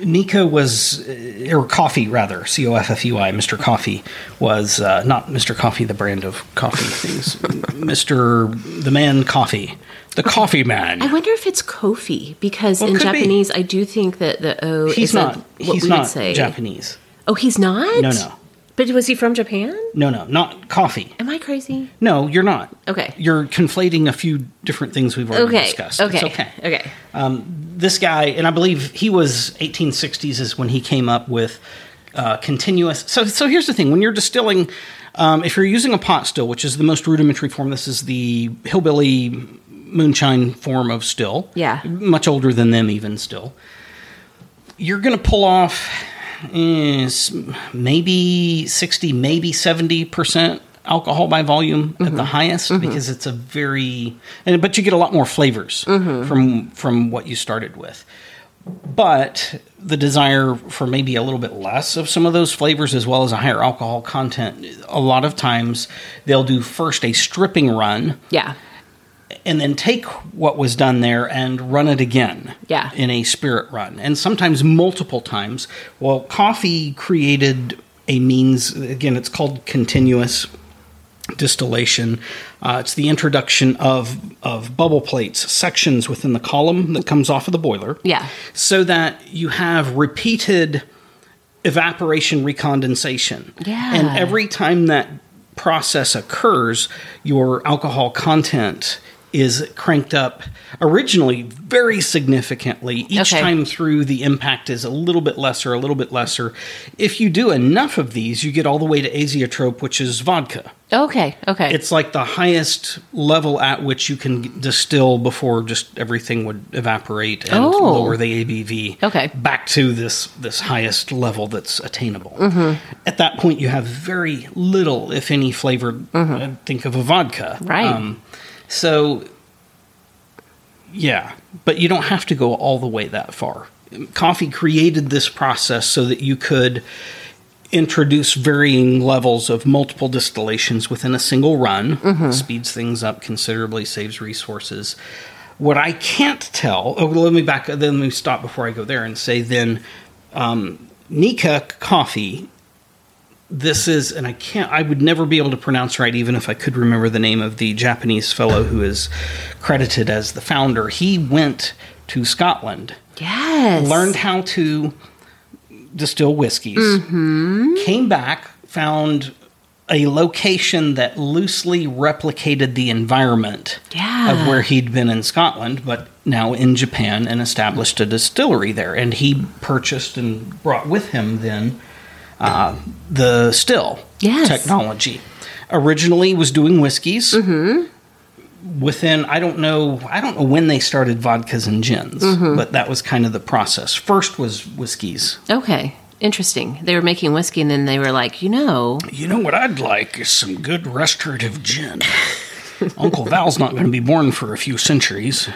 [SPEAKER 3] Nika was, uh, or coffee rather, C O F F U I. Mr. Coffee was uh, not Mr. Coffee, the brand of coffee things. Mr. the man coffee, the coffee man.
[SPEAKER 2] I wonder if it's Kofi because
[SPEAKER 3] Well,
[SPEAKER 2] in
[SPEAKER 3] could be.
[SPEAKER 2] Japanese I do think that the O
[SPEAKER 3] he's
[SPEAKER 2] is a-
[SPEAKER 3] not.
[SPEAKER 2] what
[SPEAKER 3] he's
[SPEAKER 2] we
[SPEAKER 3] not
[SPEAKER 2] would say.
[SPEAKER 3] Japanese.
[SPEAKER 2] Oh, he's not.
[SPEAKER 3] No, no.
[SPEAKER 2] But was he from Japan?
[SPEAKER 3] No, no, not coffee.
[SPEAKER 2] Am I crazy?
[SPEAKER 3] No, you're not.
[SPEAKER 2] Okay.
[SPEAKER 3] You're conflating a few different things we've already
[SPEAKER 2] Okay.
[SPEAKER 3] discussed.
[SPEAKER 2] Okay.
[SPEAKER 3] It's
[SPEAKER 2] okay.
[SPEAKER 3] okay. Uh, Um, This guy, and I believe he was 1860s is when he came up with uh, continuous. So, so here's the thing: when you're distilling, um, if you're using a pot still, which is the most rudimentary form, this is the hillbilly moonshine form of still.
[SPEAKER 2] Yeah.
[SPEAKER 3] Much older than them, even still. You're going to pull off eh, s- maybe 60, maybe 70% alcohol by volume at the highest because it's a very, and, but you get a lot more flavors from, from what you started with. But the desire for maybe a little bit less of some of those flavors, as well as a higher alcohol content, a lot of times they'll do first a stripping run
[SPEAKER 2] Yeah.
[SPEAKER 3] and then take what was done there and run it again
[SPEAKER 2] Yeah.
[SPEAKER 3] in a spirit run and sometimes multiple times well coffee created a means again it's called continuous distillation uh, it's the introduction of of bubble plates sections within the column that comes off of the boiler
[SPEAKER 2] Yeah.
[SPEAKER 3] so that you have repeated evaporation recondensation.
[SPEAKER 2] Yeah.
[SPEAKER 3] And every time that process occurs, your alcohol content is cranked up originally very significantly. Each
[SPEAKER 2] Okay.
[SPEAKER 3] time through, the impact is a little bit lesser, a little bit lesser. If you do enough of these, you get all the way to azeotrope, which is vodka.
[SPEAKER 2] Okay. Okay.
[SPEAKER 3] It's like the highest level at which you can distill before just everything would evaporate and
[SPEAKER 2] Oh.
[SPEAKER 3] lower the ABV.
[SPEAKER 2] Okay.
[SPEAKER 3] back to this this highest level that's attainable.
[SPEAKER 2] Mm-hmm.
[SPEAKER 3] At that point, you have very little, if any, flavor. uh, think of a vodka, Um,
[SPEAKER 2] Right.
[SPEAKER 3] so, yeah, but you don't have to go all the way that far. Coffee created this process so that you could introduce varying levels of multiple distillations within a single run. Speeds things up considerably, saves resources. What I can't tell, oh, let me back, then let me stop before I go there and say then um, Nika coffee this is and i can't i would never be able to pronounce right even if i could remember the name of the japanese fellow who is credited as the founder he went to scotland
[SPEAKER 2] yes.
[SPEAKER 3] learned how to distill whiskeys came back found a location that loosely replicated the environment
[SPEAKER 2] Yeah.
[SPEAKER 3] of where he'd been in Scotland, but now in Japan and established a distillery there. And he purchased and brought with him then uh, the still
[SPEAKER 2] Yes.
[SPEAKER 3] technology. Originally was doing whiskeys.
[SPEAKER 2] Mm-hmm.
[SPEAKER 3] Within I don't know I don't know when they started vodkas and gins,
[SPEAKER 2] Mm-hmm.
[SPEAKER 3] but that was kind of the process. First was whiskeys.
[SPEAKER 2] Okay. Interesting. They were making whiskey and then they were like, you know,
[SPEAKER 3] You know what I'd like is some good restorative gin. Uncle Val's not going to be born for a few centuries.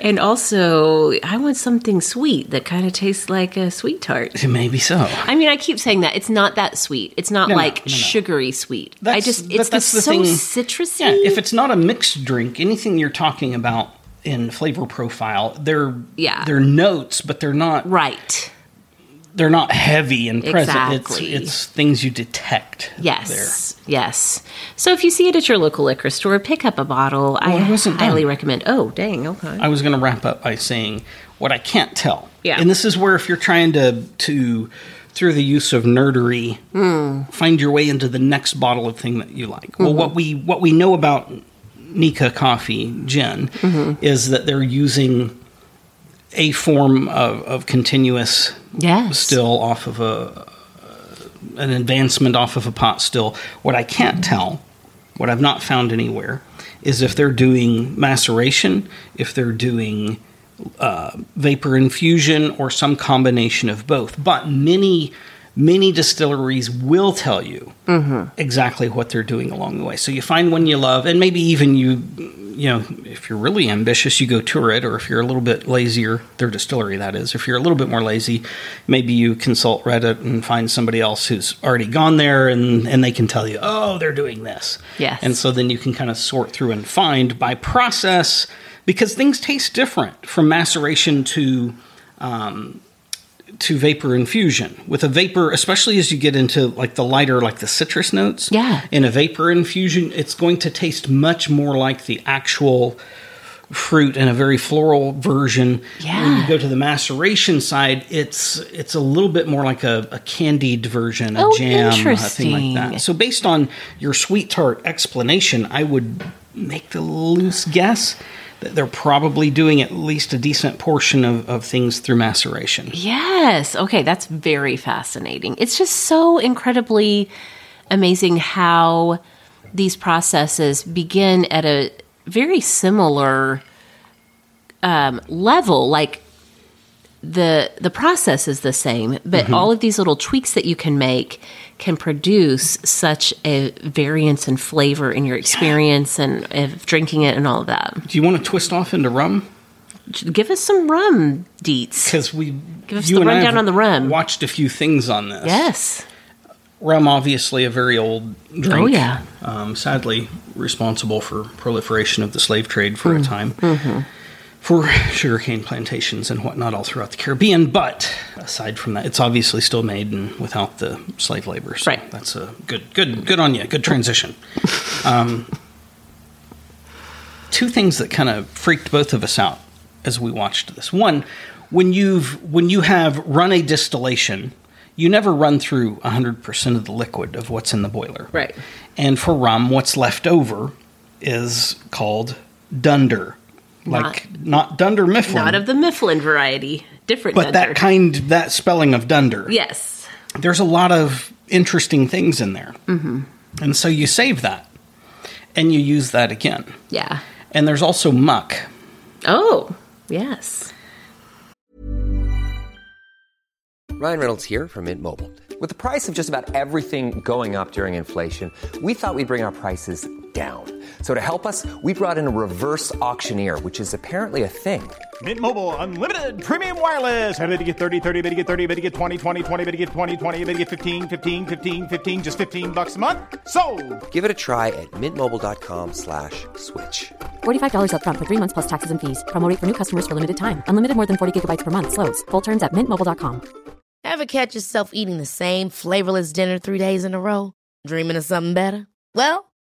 [SPEAKER 2] and also I want something sweet that kind of tastes like a sweet tart.
[SPEAKER 3] Maybe so.
[SPEAKER 2] I mean, I keep saying that it's not that sweet. It's not
[SPEAKER 3] No, no,
[SPEAKER 2] like
[SPEAKER 3] no, no.
[SPEAKER 2] sugary sweet. I
[SPEAKER 3] That's-
[SPEAKER 2] just
[SPEAKER 3] but
[SPEAKER 2] it's
[SPEAKER 3] that's
[SPEAKER 2] the
[SPEAKER 3] the
[SPEAKER 2] so
[SPEAKER 3] thing-
[SPEAKER 2] citrusy.
[SPEAKER 3] Yeah, if it's not a mixed drink, anything you're talking about in flavor profile, they're
[SPEAKER 2] Yeah.
[SPEAKER 3] they're notes, but they're not
[SPEAKER 2] right.
[SPEAKER 3] they're not heavy and present.
[SPEAKER 2] Exactly.
[SPEAKER 3] It's it's things you detect.
[SPEAKER 2] Yes. Yes. So if you see it at your local liquor store, pick up a bottle. I
[SPEAKER 3] I wasn't
[SPEAKER 2] highly
[SPEAKER 3] done.
[SPEAKER 2] recommend. Oh, dang. Okay.
[SPEAKER 3] I was going to wrap up by saying what I can't tell.
[SPEAKER 2] Yeah.
[SPEAKER 3] And this is where if you're trying to to through the use of nerdery find your way into the next bottle of thing that you like. Well, what we what we know about Nika coffee gin is that they're using a form of, of continuous
[SPEAKER 2] Yes.
[SPEAKER 3] still off of a uh, an advancement off of a pot still. What I can't tell, what I've not found anywhere, is if they're doing maceration, if they're doing uh, vapor infusion, or some combination of both. But many many distilleries will tell you exactly what they're doing along the way. So you find one you love, and maybe even you, you know, if you're really ambitious, you go tour it, or if you're a little bit lazier, their distillery that is. If you're a little bit more lazy, maybe you consult Reddit and find somebody else who's already gone there, and and they can tell you, oh, they're doing this.
[SPEAKER 2] Yes.
[SPEAKER 3] And so then you can kind of sort through and find by process because things taste different from maceration to um, to vapor infusion with a vapor especially as you get into like the lighter like the citrus notes
[SPEAKER 2] Yeah.
[SPEAKER 3] in a vapor infusion it's going to taste much more like the actual fruit in a very floral version when
[SPEAKER 2] Yeah.
[SPEAKER 3] you go to the maceration side it's it's a little bit more like a, a candied version a
[SPEAKER 2] Oh,
[SPEAKER 3] jam a thing
[SPEAKER 2] interesting.
[SPEAKER 3] like that so based on your sweet tart explanation i would make the loose guess that they're probably doing at least a decent portion of, of things through maceration
[SPEAKER 2] Yes. Okay, that's very fascinating. It's just so incredibly amazing how these processes begin at a very similar um, level. Like the the process is the same, but all of these little tweaks that you can make can produce such a variance in flavor in your experience and of drinking it and all of that.
[SPEAKER 3] Do you want to twist off into rum?
[SPEAKER 2] Give us some rum deets.
[SPEAKER 3] Because we
[SPEAKER 2] Give us
[SPEAKER 3] you
[SPEAKER 2] the
[SPEAKER 3] and I
[SPEAKER 2] rundown
[SPEAKER 3] have
[SPEAKER 2] on the rum.
[SPEAKER 3] Watched a few things on this.
[SPEAKER 2] Yes.
[SPEAKER 3] rum obviously a very old drink.
[SPEAKER 2] Oh, yeah.
[SPEAKER 3] um, sadly responsible for proliferation of the slave trade for
[SPEAKER 2] Mm.
[SPEAKER 3] a time.
[SPEAKER 2] Mm-hmm.
[SPEAKER 3] For sugarcane plantations and whatnot all throughout the Caribbean, but aside from that, it's obviously still made and without the slave labor. So
[SPEAKER 2] Right.
[SPEAKER 3] That's a good, good, good on you. Good transition. um, two things that kind of freaked both of us out as we watched this. One, when you've when you have run a distillation, you never run through hundred percent of the liquid of what's in the boiler.
[SPEAKER 2] Right.
[SPEAKER 3] And for rum, what's left over is called dunder. Like not, dunder mifflin.
[SPEAKER 2] Not of the Mifflin variety. Different
[SPEAKER 3] but
[SPEAKER 2] Dunter.
[SPEAKER 3] that kind that spelling of dunder.
[SPEAKER 2] Yes.
[SPEAKER 3] There's a lot of interesting things in there. Mm-hmm. And so you save that and you use that again.
[SPEAKER 2] Yeah.
[SPEAKER 3] And there's also muck.
[SPEAKER 2] Oh, yes.
[SPEAKER 4] Ryan Reynolds here from Mint Mobile. With the price of just about everything going up during inflation, we thought we'd bring our prices down. So to help us, we brought in a reverse auctioneer, which is apparently a thing.
[SPEAKER 5] Mint Mobile unlimited premium wireless. Ready to get 30, 30, bet you get 30, bet you get 20, 20, 20, bet you get 20, 20, bet you get 15, 15, 15, 15, just 15 bucks a month. So,
[SPEAKER 4] Give it a try at mintmobile.com slash switch.
[SPEAKER 6] $45 upfront for three months plus taxes and fees. Promo rate for new customers for limited time. Unlimited more than 40 gigabytes per month. Slows. Full terms at mintmobile.com.
[SPEAKER 7] Ever catch yourself eating the same flavorless dinner three days in a row? Dreaming of something better? Well,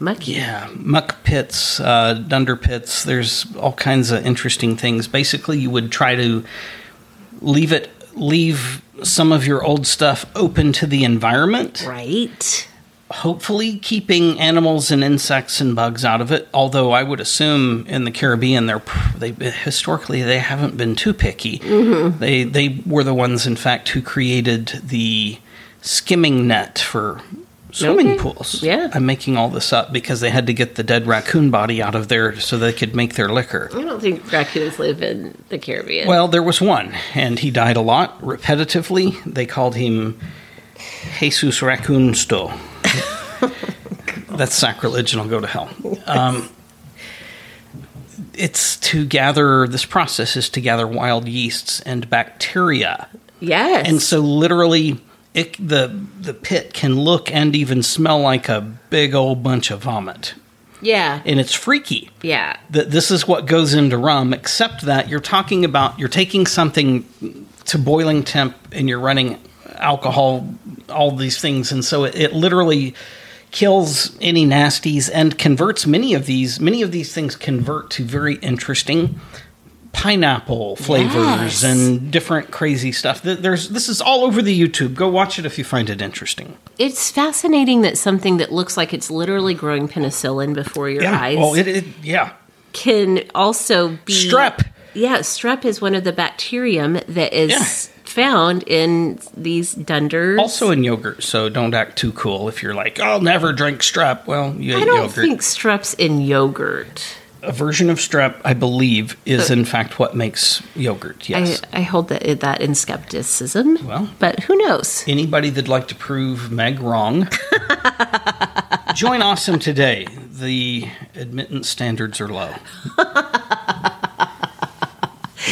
[SPEAKER 2] mucky.
[SPEAKER 3] yeah, muck pits, uh, dunder pits. There's all kinds of interesting things. Basically, you would try to leave it, leave some of your old stuff open to the environment.
[SPEAKER 2] Right.
[SPEAKER 3] hopefully keeping animals and insects and bugs out of it. Although I would assume in the Caribbean, they're they historically they haven't been too picky.
[SPEAKER 2] Mm-hmm.
[SPEAKER 3] They they were the ones, in fact, who created the skimming net for swimming
[SPEAKER 2] Okay.
[SPEAKER 3] pools.
[SPEAKER 2] Yeah.
[SPEAKER 3] I'm making all this up because they had to get the dead raccoon body out of there so they could make their liquor.
[SPEAKER 2] I don't think raccoons live in the Caribbean.
[SPEAKER 3] Well, there was one, and he died a lot repetitively. They called him Jesus Raccoonsto. That's sacrilege, and I'll go to hell. Um, it's to gather, this process is to gather wild yeasts and bacteria.
[SPEAKER 2] yes.
[SPEAKER 3] And so, literally, it, the, the pit can look and even smell like a big old bunch of vomit.
[SPEAKER 2] yeah.
[SPEAKER 3] And it's freaky
[SPEAKER 2] yeah.
[SPEAKER 3] that this is what goes into rum, except that you're talking about you're taking something to boiling temp and you're running alcohol, all these things, and so it, it literally kills any nasties and converts many of these. Many of these things convert to very interesting pineapple flavors
[SPEAKER 2] Yes.
[SPEAKER 3] and different crazy stuff. Th- There's this is all over the YouTube. Go watch it if you find it interesting.
[SPEAKER 2] It's fascinating that something that looks like it's literally growing penicillin before your eyes
[SPEAKER 3] Well, it, it yeah.
[SPEAKER 2] can also be
[SPEAKER 3] Strep.
[SPEAKER 2] Yeah, strep is one of the bacterium that is
[SPEAKER 3] Yeah.
[SPEAKER 2] found in these dunders.
[SPEAKER 3] Also in yogurt, so don't act too cool if you're like, I'll never drink strep. Well, you ate
[SPEAKER 2] I don't
[SPEAKER 3] yogurt.
[SPEAKER 2] think strep's in yogurt.
[SPEAKER 3] A version of strep, I believe, is in fact what makes yogurt. Yes.
[SPEAKER 2] I, I hold that that in skepticism.
[SPEAKER 3] Well.
[SPEAKER 2] but who knows?
[SPEAKER 3] Anybody that'd like to prove Meg wrong, join Awesome today. The admittance standards are low.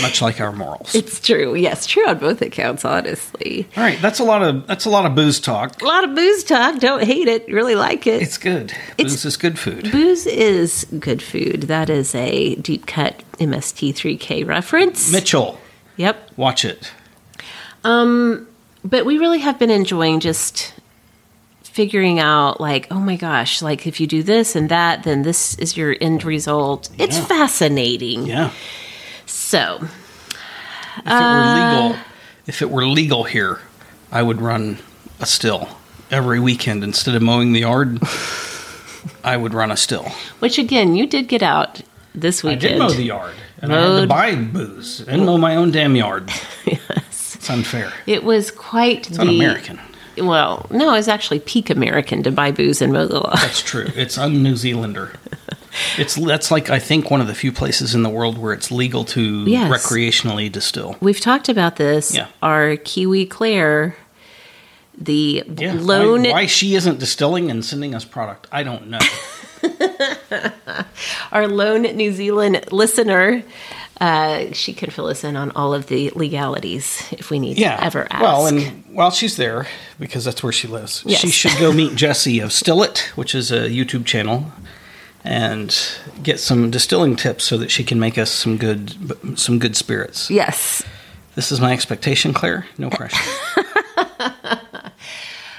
[SPEAKER 3] Much like our morals.
[SPEAKER 2] It's true. Yes, true on both accounts. Honestly,
[SPEAKER 3] All right, that's a lot of that's a lot of booze talk.
[SPEAKER 2] a lot of booze talk. Don't hate it. Really like it.
[SPEAKER 3] It's good.
[SPEAKER 2] It's-
[SPEAKER 3] booze is good food.
[SPEAKER 2] Booze is good food. That is a deep cut MST3K reference.
[SPEAKER 3] Mitchell,
[SPEAKER 2] Yep.
[SPEAKER 3] watch it.
[SPEAKER 2] Um, but we really have been enjoying just figuring out, like, oh my gosh, like if you do this and that, then this is your end result. It's
[SPEAKER 3] Yeah.
[SPEAKER 2] fascinating.
[SPEAKER 3] Yeah.
[SPEAKER 2] So,
[SPEAKER 3] If it were legal, if it were legal here, I would run a still every weekend instead of mowing the yard. I would run a still.
[SPEAKER 2] which again, you did get out this
[SPEAKER 3] I
[SPEAKER 2] weekend.
[SPEAKER 3] did mow the yard, and I had to
[SPEAKER 2] Mowed.
[SPEAKER 3] buy booze and mow my own damn yard.
[SPEAKER 2] yes.
[SPEAKER 3] It's unfair.
[SPEAKER 2] It was quite
[SPEAKER 3] It's
[SPEAKER 2] the
[SPEAKER 3] un-American.
[SPEAKER 2] Well, no, it's actually peak American to buy booze and mow the lawn.
[SPEAKER 3] That's true. It's un-New Zealander. It's that's like I think one of the few places in the world where it's legal to
[SPEAKER 2] Yes.
[SPEAKER 3] recreationally distill.
[SPEAKER 2] We've talked about this.
[SPEAKER 3] Yeah.
[SPEAKER 2] Our Kiwi Claire, the
[SPEAKER 3] Yeah,
[SPEAKER 2] lone
[SPEAKER 3] why, why she isn't distilling and sending us product, I don't know.
[SPEAKER 2] our lone New Zealand listener, uh, she can fill us in on all of the legalities if we need
[SPEAKER 3] yeah.
[SPEAKER 2] to ever ask.
[SPEAKER 3] Well, and while she's there, because that's where she lives,
[SPEAKER 2] Yes.
[SPEAKER 3] she should go meet Jesse of Still It, which is a YouTube channel, and get some distilling tips so that she can make us some good some good spirits.
[SPEAKER 2] yes,
[SPEAKER 3] This is my expectation, Claire. No pressure.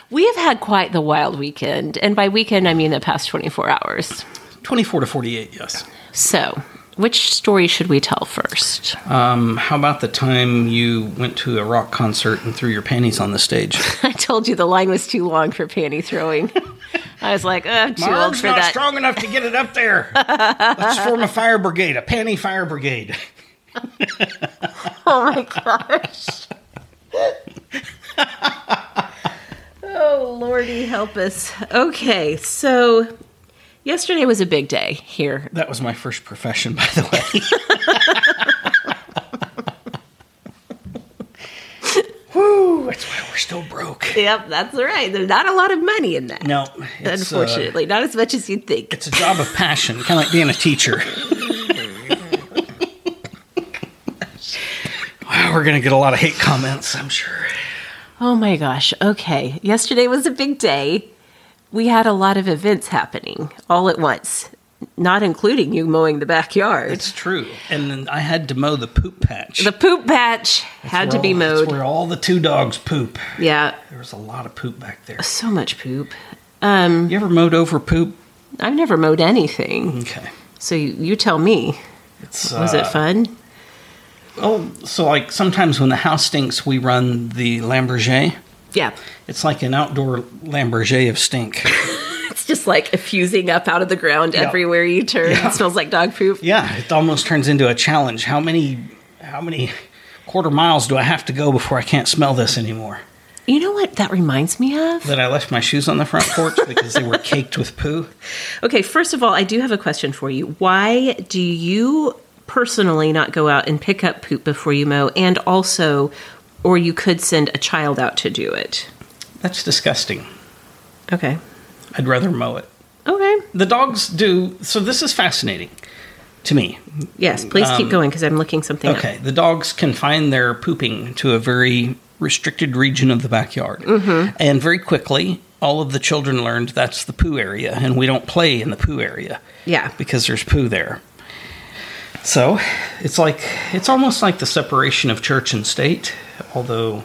[SPEAKER 2] we have had quite the wild weekend, and by weekend I mean the past twenty four hours.
[SPEAKER 3] Twenty four to forty eight. Yes.
[SPEAKER 2] So, which story should we tell first?
[SPEAKER 3] Um, how about the time you went to a rock concert and threw your panties on the stage?
[SPEAKER 2] I told you the line was too long for panty throwing. I was like, oh, I'm too
[SPEAKER 3] My
[SPEAKER 2] old
[SPEAKER 3] arm's
[SPEAKER 2] for
[SPEAKER 3] not
[SPEAKER 2] that.
[SPEAKER 3] strong enough to get it up there. Let's form a fire brigade, a panty fire brigade.
[SPEAKER 2] Oh my gosh. oh, Lordy, help us. Okay, so yesterday was a big day here.
[SPEAKER 3] That was my first profession, by the way. Woo! That's why we're still broke.
[SPEAKER 2] Yep, that's right. There's not a lot of money in that.
[SPEAKER 3] No, it's, uh,
[SPEAKER 2] unfortunately, not as much as you'd think.
[SPEAKER 3] it's a job of passion, kind of like being a teacher. wow, we're gonna get a lot of hate comments, I'm sure.
[SPEAKER 2] Oh my gosh. Okay, yesterday was a big day. we had a lot of events happening all at once, not including you mowing the backyard.
[SPEAKER 3] It's true. And then I had to mow the poop patch.
[SPEAKER 2] the poop patch had to be
[SPEAKER 3] Where all- that's
[SPEAKER 2] mowed.
[SPEAKER 3] where all the two dogs poop.
[SPEAKER 2] Yeah,
[SPEAKER 3] There was a lot of poop back there.
[SPEAKER 2] so much poop. Um,
[SPEAKER 3] You ever mowed over poop?
[SPEAKER 2] I've never mowed anything,
[SPEAKER 3] Okay.
[SPEAKER 2] so you, you tell me.
[SPEAKER 3] It's,
[SPEAKER 2] Was
[SPEAKER 3] uh,
[SPEAKER 2] it fun?
[SPEAKER 3] Oh, so like sometimes when the house stinks, we run the Lamborghini.
[SPEAKER 2] Yeah,
[SPEAKER 3] It's like an outdoor Lamborghini of stink.
[SPEAKER 2] it's just like effusing up out of the ground
[SPEAKER 3] Yeah.
[SPEAKER 2] everywhere you turn. It smells like dog poop.
[SPEAKER 3] yeah, it almost turns into a challenge. How many, how many quarter miles do I have to go before I can't smell this anymore?
[SPEAKER 2] You know what that reminds me of?
[SPEAKER 3] That I left my shoes on the front porch because they were caked with poo.
[SPEAKER 2] Okay, first of all, I do have a question for you. Why do you personally not go out and pick up poop before you mow? And also, or you could send a child out to do it.
[SPEAKER 3] That's disgusting.
[SPEAKER 2] Okay.
[SPEAKER 3] I'd rather mow it.
[SPEAKER 2] Okay.
[SPEAKER 3] The dogs do. So this is fascinating to me.
[SPEAKER 2] Yes, please keep going because I'm looking something
[SPEAKER 3] Okay, the dogs confine their pooping to a very restricted region of the backyard. Mm-hmm. And very quickly, all of the children learned that's the poo area, and we don't play in the poo area.
[SPEAKER 2] Yeah.
[SPEAKER 3] Because there's poo there. So it's like, it's almost like the separation of church and state, although uh,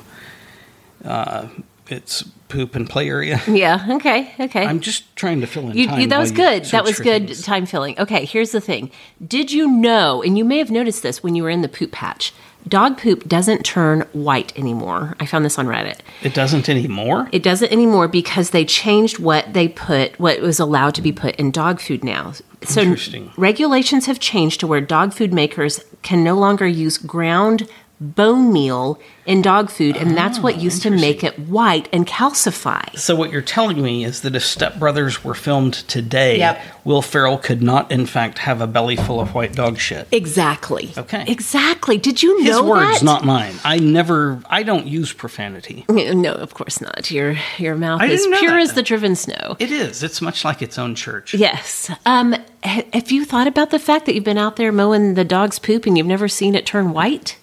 [SPEAKER 3] it's poop and play area.
[SPEAKER 2] up. Yeah. Okay. Okay.
[SPEAKER 3] I'm just trying to fill in
[SPEAKER 2] You,
[SPEAKER 3] time.
[SPEAKER 2] you, that
[SPEAKER 3] while
[SPEAKER 2] was
[SPEAKER 3] you
[SPEAKER 2] good.
[SPEAKER 3] search
[SPEAKER 2] That was
[SPEAKER 3] for
[SPEAKER 2] good
[SPEAKER 3] things.
[SPEAKER 2] time filling. Okay, here's the thing. Did you know, and you may have noticed this when you were in the poop patch, dog poop doesn't turn white anymore. I found this on Reddit.
[SPEAKER 3] It doesn't anymore.
[SPEAKER 2] It doesn't anymore because they changed what they put, what was allowed to be put in dog food now. So
[SPEAKER 3] Interesting.
[SPEAKER 2] regulations have changed to where dog food makers can no longer use ground bone meal in dog food, and that's
[SPEAKER 3] Ah,
[SPEAKER 2] what used to make it white and calcify.
[SPEAKER 3] So what you're telling me is that if Step Brothers were filmed today,
[SPEAKER 2] Yep.
[SPEAKER 3] Will Ferrell could not, in fact, have a belly full of white dog shit.
[SPEAKER 2] Exactly.
[SPEAKER 3] Okay.
[SPEAKER 2] Exactly. Did you
[SPEAKER 3] His
[SPEAKER 2] know
[SPEAKER 3] words,
[SPEAKER 2] that?
[SPEAKER 3] not mine. I never. I don't use profanity.
[SPEAKER 2] No, of course not. Your your mouth
[SPEAKER 3] I
[SPEAKER 2] is
[SPEAKER 3] didn't know
[SPEAKER 2] pure
[SPEAKER 3] that.
[SPEAKER 2] as the driven snow.
[SPEAKER 3] It is. It's much like its own church.
[SPEAKER 2] Yes. Um, ha- have you thought about the fact that you've been out there mowing the dog's poop and you've never seen it turn white?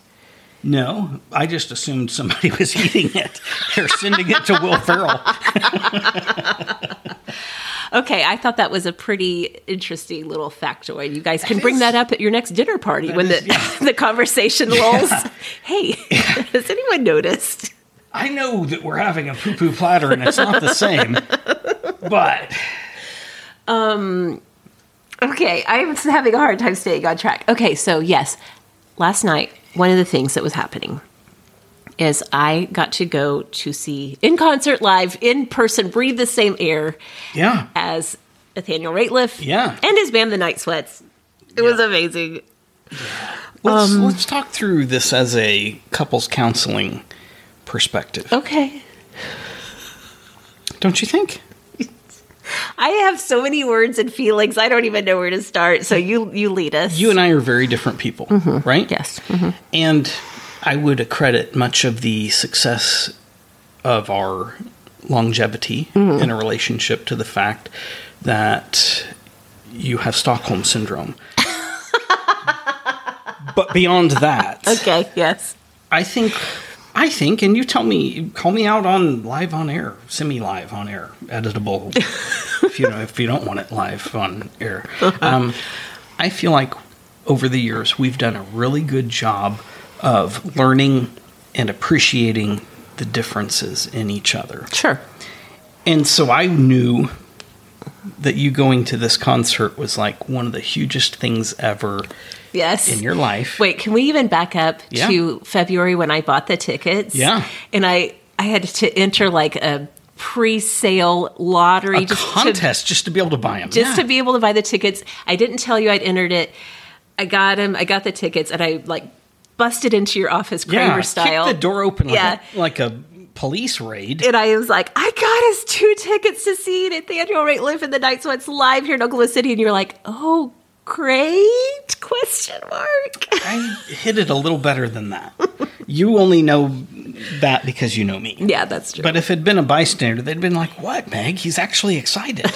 [SPEAKER 3] No, I just assumed somebody was eating it. They're sending it to Will Ferrell.
[SPEAKER 2] Okay, I thought that was a pretty interesting little factoid. You guys can
[SPEAKER 3] That
[SPEAKER 2] bring
[SPEAKER 3] is-
[SPEAKER 2] that up at your next dinner party when
[SPEAKER 3] is-
[SPEAKER 2] the, the conversation lulls. Hey, has anyone noticed?
[SPEAKER 3] I know that we're having a poo-poo platter, and it's not the same. But
[SPEAKER 2] Um, Okay, I'm having a hard time staying on track. Okay, so yes, last night, one of the things that was happening is I got to go to see in concert live, in person, breathe the same air
[SPEAKER 3] yeah,
[SPEAKER 2] as Nathaniel Rateliff.
[SPEAKER 3] Yeah.
[SPEAKER 2] And his band, The Night Sweats. It was amazing.
[SPEAKER 3] let's
[SPEAKER 2] Um,
[SPEAKER 3] let's talk through this as a couples counseling perspective.
[SPEAKER 2] Okay.
[SPEAKER 3] Don't you think?
[SPEAKER 2] I have so many words and feelings. I don't even know where to start. So you you lead us.
[SPEAKER 3] You and I are very different people, right?
[SPEAKER 2] Mm-hmm. yes.
[SPEAKER 3] And I would accredit much of the success of our longevity
[SPEAKER 2] Mm-hmm.
[SPEAKER 3] in a relationship to the fact that you have Stockholm syndrome. but beyond that,
[SPEAKER 2] Okay. Yes.
[SPEAKER 3] I think I think and you tell me call me out on live on air, semi live on air, editable if you know if you don't want it live on air. Um, I feel like over the years we've done a really good job of learning and appreciating the differences in each other.
[SPEAKER 2] Sure.
[SPEAKER 3] And so I knew that you going to this concert was like one of the hugest things ever
[SPEAKER 2] Yes.
[SPEAKER 3] in your life.
[SPEAKER 2] Wait, can we even back up
[SPEAKER 3] Yeah.
[SPEAKER 2] to February when I bought the tickets?
[SPEAKER 3] Yeah.
[SPEAKER 2] And I I had to enter like a pre-sale lottery
[SPEAKER 3] a
[SPEAKER 2] just to
[SPEAKER 3] contest just to be able to buy them.
[SPEAKER 2] just to be able to buy the tickets. I didn't tell you I'd entered it. I got them. I got the tickets, and I like busted into your office Kramer
[SPEAKER 3] kick
[SPEAKER 2] style.
[SPEAKER 3] the door open like,
[SPEAKER 2] Yeah.
[SPEAKER 3] a, like a police raid.
[SPEAKER 2] And I was like, I got us two tickets to see Nathaniel Rateliff in the Night Sweats live here in Oklahoma City. And you're like, oh, great? Question mark.
[SPEAKER 3] I hit it a little better than that. you only know that because you know me.
[SPEAKER 2] yeah, that's true.
[SPEAKER 3] But if it'd been a bystander, they'd been like, "What, Meg? He's actually excited."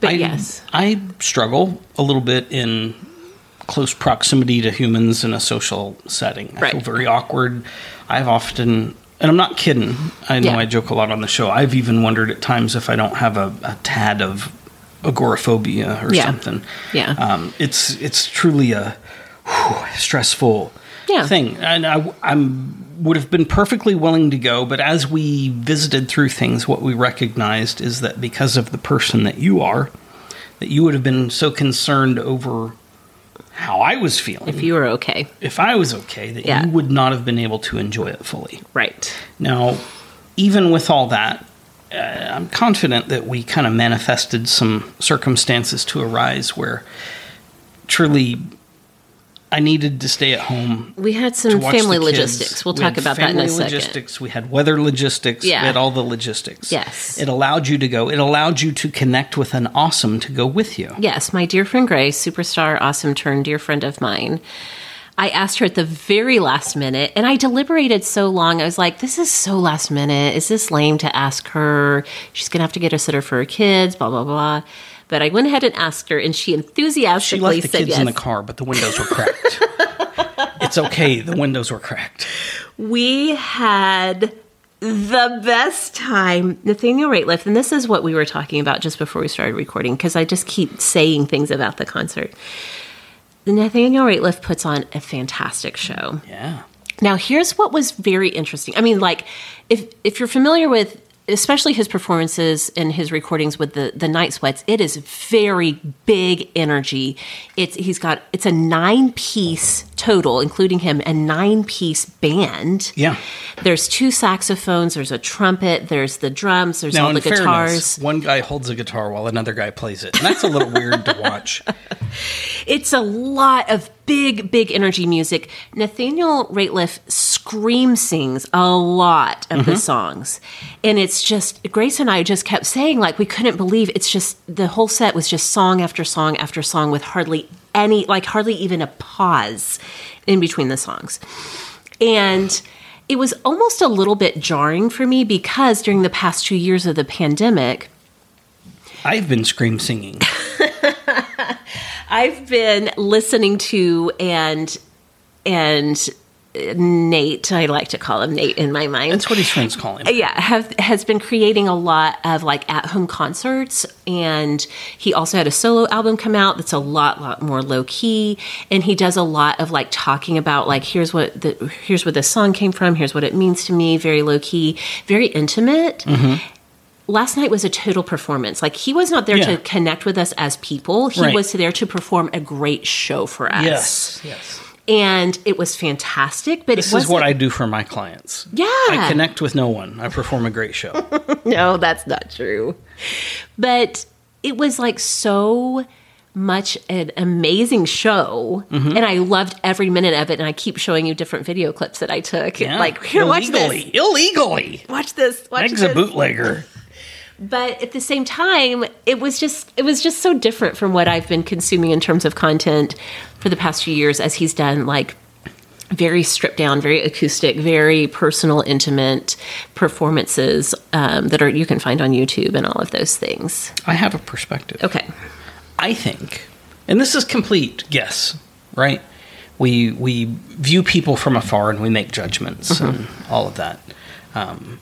[SPEAKER 2] But
[SPEAKER 3] I-
[SPEAKER 2] yes.
[SPEAKER 3] I struggle a little bit in close proximity to humans in a social setting. I feel
[SPEAKER 2] Right.
[SPEAKER 3] very awkward. I've often And I'm not kidding. I know
[SPEAKER 2] Yeah.
[SPEAKER 3] I joke a lot on the show. I've even wondered at times if I don't have a, a tad of agoraphobia or
[SPEAKER 2] Yeah.
[SPEAKER 3] something.
[SPEAKER 2] Yeah.
[SPEAKER 3] Um, it's it's truly a whew, stressful
[SPEAKER 2] Yeah.
[SPEAKER 3] thing. And I I'm, would have been perfectly willing to go, but as we visited through things, what we recognized is that because of the person that you are, that you would have been so concerned over how I was feeling.
[SPEAKER 2] If you were okay.
[SPEAKER 3] if I was okay, that
[SPEAKER 2] Yeah.
[SPEAKER 3] you would not have been able to enjoy it fully.
[SPEAKER 2] Right.
[SPEAKER 3] Now, even with all that, uh, I'm confident that we kind of manifested some circumstances to arise where truly I needed to stay at home.
[SPEAKER 2] We had
[SPEAKER 3] to
[SPEAKER 2] some
[SPEAKER 3] watch the
[SPEAKER 2] family
[SPEAKER 3] kids.
[SPEAKER 2] logistics. We'll
[SPEAKER 3] We
[SPEAKER 2] talk
[SPEAKER 3] had
[SPEAKER 2] about that in a
[SPEAKER 3] family
[SPEAKER 2] second.
[SPEAKER 3] logistics. We had weather logistics.
[SPEAKER 2] Yeah.
[SPEAKER 3] We had all the logistics.
[SPEAKER 2] Yes.
[SPEAKER 3] It allowed you to go. It allowed you to connect with an awesome to go with you.
[SPEAKER 2] Yes, my dear friend Grace, superstar, awesome turn, dear friend of mine. I asked her at the very last minute, and I deliberated so long. I was like, this is so last minute. Is this lame to ask her? She's going to have to get a sitter for her kids, blah, blah, blah. But I went ahead and asked her, and she
[SPEAKER 3] She
[SPEAKER 2] enthusiastically
[SPEAKER 3] left the
[SPEAKER 2] said
[SPEAKER 3] kids
[SPEAKER 2] yes.
[SPEAKER 3] in the car, but the windows were cracked. it's okay. The windows were cracked.
[SPEAKER 2] We had the best time. Nathaniel Rateliff, and this is what we were talking about just before we started recording, because I just keep saying things about the concert. Nathaniel Rateliff puts on a fantastic show.
[SPEAKER 3] Yeah.
[SPEAKER 2] Now, here's what was very interesting. I mean, like, if if you're familiar with especially his performances and his recordings with the the night sweats, it is very big energy. It's he's got it's a nine piece total, including him, a nine piece band.
[SPEAKER 3] Yeah.
[SPEAKER 2] There's two saxophones, there's a trumpet, there's the drums, there's all the guitars.
[SPEAKER 3] fairness, one guy holds a guitar while another guy plays it, and that's a little weird to watch.
[SPEAKER 2] It's a lot of big, big energy music. Nathaniel Rateliff scream sings a lot of the songs. And it's just, Grace and I just kept saying, like, we couldn't believe it's just, the whole set was just song after song after song with hardly any, like, hardly even a pause in between the songs. And it was almost a little bit jarring for me because during the past two years of the pandemic,
[SPEAKER 3] I've been scream singing.
[SPEAKER 2] I've been listening to and and Nate, I like to call him Nate in my mind.
[SPEAKER 3] That's what his friends call him.
[SPEAKER 2] yeah, have has been creating a lot of like at home concerts, and he also had a solo album come out that's a lot, lot more low key, and he does a lot of like talking about like here's what the here's where this song came from, here's what it means to me, very low key, very intimate.
[SPEAKER 3] Mm-hmm.
[SPEAKER 2] Last night was a total performance. Like he was not there
[SPEAKER 3] Yeah.
[SPEAKER 2] to connect with us as people. He
[SPEAKER 3] Right.
[SPEAKER 2] was there to perform a great show for us.
[SPEAKER 3] Yes, yes.
[SPEAKER 2] And it was fantastic, but
[SPEAKER 3] This
[SPEAKER 2] it was
[SPEAKER 3] is what I do for my clients.
[SPEAKER 2] Yeah.
[SPEAKER 3] I connect with no one. I perform a great show.
[SPEAKER 2] no, that's not true. But it was like so much an amazing show
[SPEAKER 3] Mm-hmm.
[SPEAKER 2] and I loved every minute of it and I keep showing you different video clips that I took.
[SPEAKER 3] Yeah.
[SPEAKER 2] Like here watch
[SPEAKER 3] illegally,
[SPEAKER 2] this.
[SPEAKER 3] illegally.
[SPEAKER 2] Watch this. Watch
[SPEAKER 3] Meg's a
[SPEAKER 2] this.
[SPEAKER 3] bootlegger.
[SPEAKER 2] But at the same time, it was just it was just so different from what I've been consuming in terms of content for the past few years as he's done like very stripped down, very acoustic, very personal, intimate performances um, that are you can find on YouTube and all of those things.
[SPEAKER 3] I have a perspective.
[SPEAKER 2] Okay.
[SPEAKER 3] I think, and this is complete guess, right? We we view people from afar and we make judgments and all of that. Um,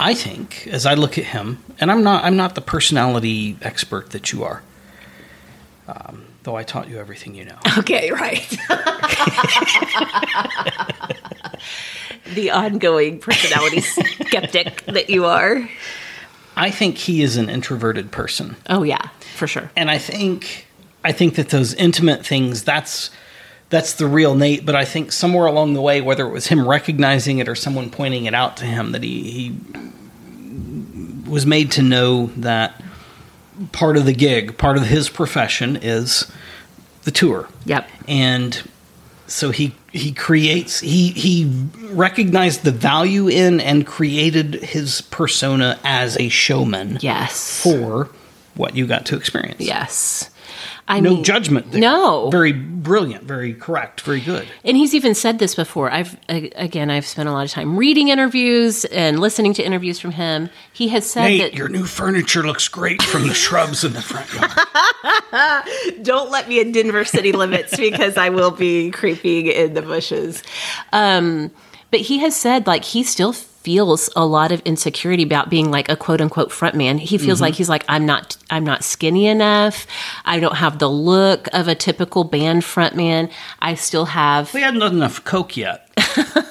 [SPEAKER 3] I think, as I look at him, and I'm not I'm not the personality expert that you are, um, though I taught you everything you know.
[SPEAKER 2] Okay, right. the ongoing personality skeptic that you are.
[SPEAKER 3] I think he is an introverted person.
[SPEAKER 2] Oh yeah, for sure.
[SPEAKER 3] and I think I think that those intimate things that's that's the real Nate. But I think somewhere along the way, whether it was him recognizing it or someone pointing it out to him, that he, he was made to know that part of the gig, part of his profession, is the tour
[SPEAKER 2] Yep.
[SPEAKER 3] and so he he creates he he recognized the value in and created his persona as a showman
[SPEAKER 2] Yes.
[SPEAKER 3] for what you got to experience
[SPEAKER 2] Yes. I
[SPEAKER 3] no
[SPEAKER 2] mean,
[SPEAKER 3] judgment there.
[SPEAKER 2] No.
[SPEAKER 3] very brilliant very correct very good
[SPEAKER 2] and he's even said this before. I've a- again, I've spent a lot of time reading interviews and listening to interviews from him. He has said
[SPEAKER 3] Nate,
[SPEAKER 2] that
[SPEAKER 3] your new furniture looks great from the shrubs in the front yard.
[SPEAKER 2] don't let me in Denver city limits because I will be creeping in the bushes. Um, but he has said like he still feels a lot of insecurity about being like a quote unquote front man. He feels
[SPEAKER 3] Mm-hmm.
[SPEAKER 2] like he's like I'm not I'm not skinny enough. I don't have the look of a typical band front man. I still have
[SPEAKER 3] We hadn't done enough coke yet.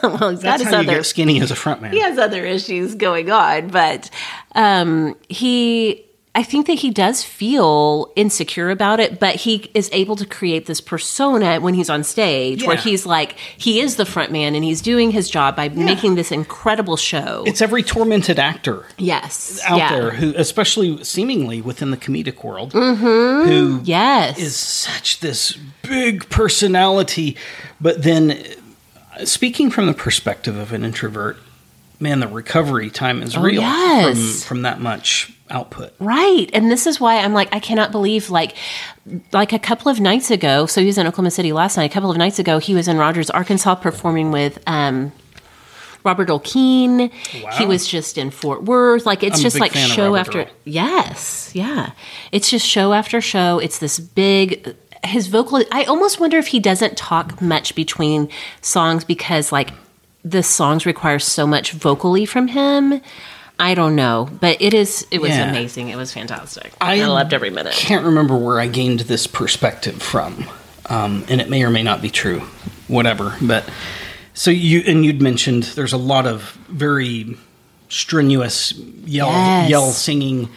[SPEAKER 2] well, that
[SPEAKER 3] That's
[SPEAKER 2] is
[SPEAKER 3] how you
[SPEAKER 2] other
[SPEAKER 3] get skinny as a frontman.
[SPEAKER 2] he has other issues going on, but um, he. I think that he does feel insecure about it, but he is able to create this persona when he's on stage where
[SPEAKER 3] Yeah.
[SPEAKER 2] he's like, he is the front man and he's doing his job by making this incredible show.
[SPEAKER 3] It's every tormented actor
[SPEAKER 2] yes.
[SPEAKER 3] out
[SPEAKER 2] yeah.
[SPEAKER 3] there who, especially seemingly within the comedic world,
[SPEAKER 2] Mm-hmm.
[SPEAKER 3] who
[SPEAKER 2] Yes.
[SPEAKER 3] is such this big personality, but then uh, speaking from the perspective of an introvert, man, the recovery time is real
[SPEAKER 2] Oh, yes.
[SPEAKER 3] from, from that much output.
[SPEAKER 2] Right. And this is why I'm like, I cannot believe like like a couple of nights ago, so he was in Oklahoma City last night, a couple of nights ago, he was in Rogers, Arkansas performing with um Robert Olkeen. He was just in Fort Worth. Like it's
[SPEAKER 3] I'm a
[SPEAKER 2] just
[SPEAKER 3] big
[SPEAKER 2] like
[SPEAKER 3] fan of
[SPEAKER 2] show
[SPEAKER 3] Robert
[SPEAKER 2] after
[SPEAKER 3] Earl.
[SPEAKER 2] Yes. Yeah. It's just show after show. It's this big his vocal I almost wonder if he doesn't talk much between songs because like the songs require so much vocally from him. I don't know, but it is. It was
[SPEAKER 3] Yeah.
[SPEAKER 2] amazing. It was fantastic. I, loved every minute.
[SPEAKER 3] Can't remember where I gained this perspective from, um, and it may or may not be true. Whatever, but so you and you'd mentioned there's a lot of very strenuous yell
[SPEAKER 2] Yes.
[SPEAKER 3] yell singing.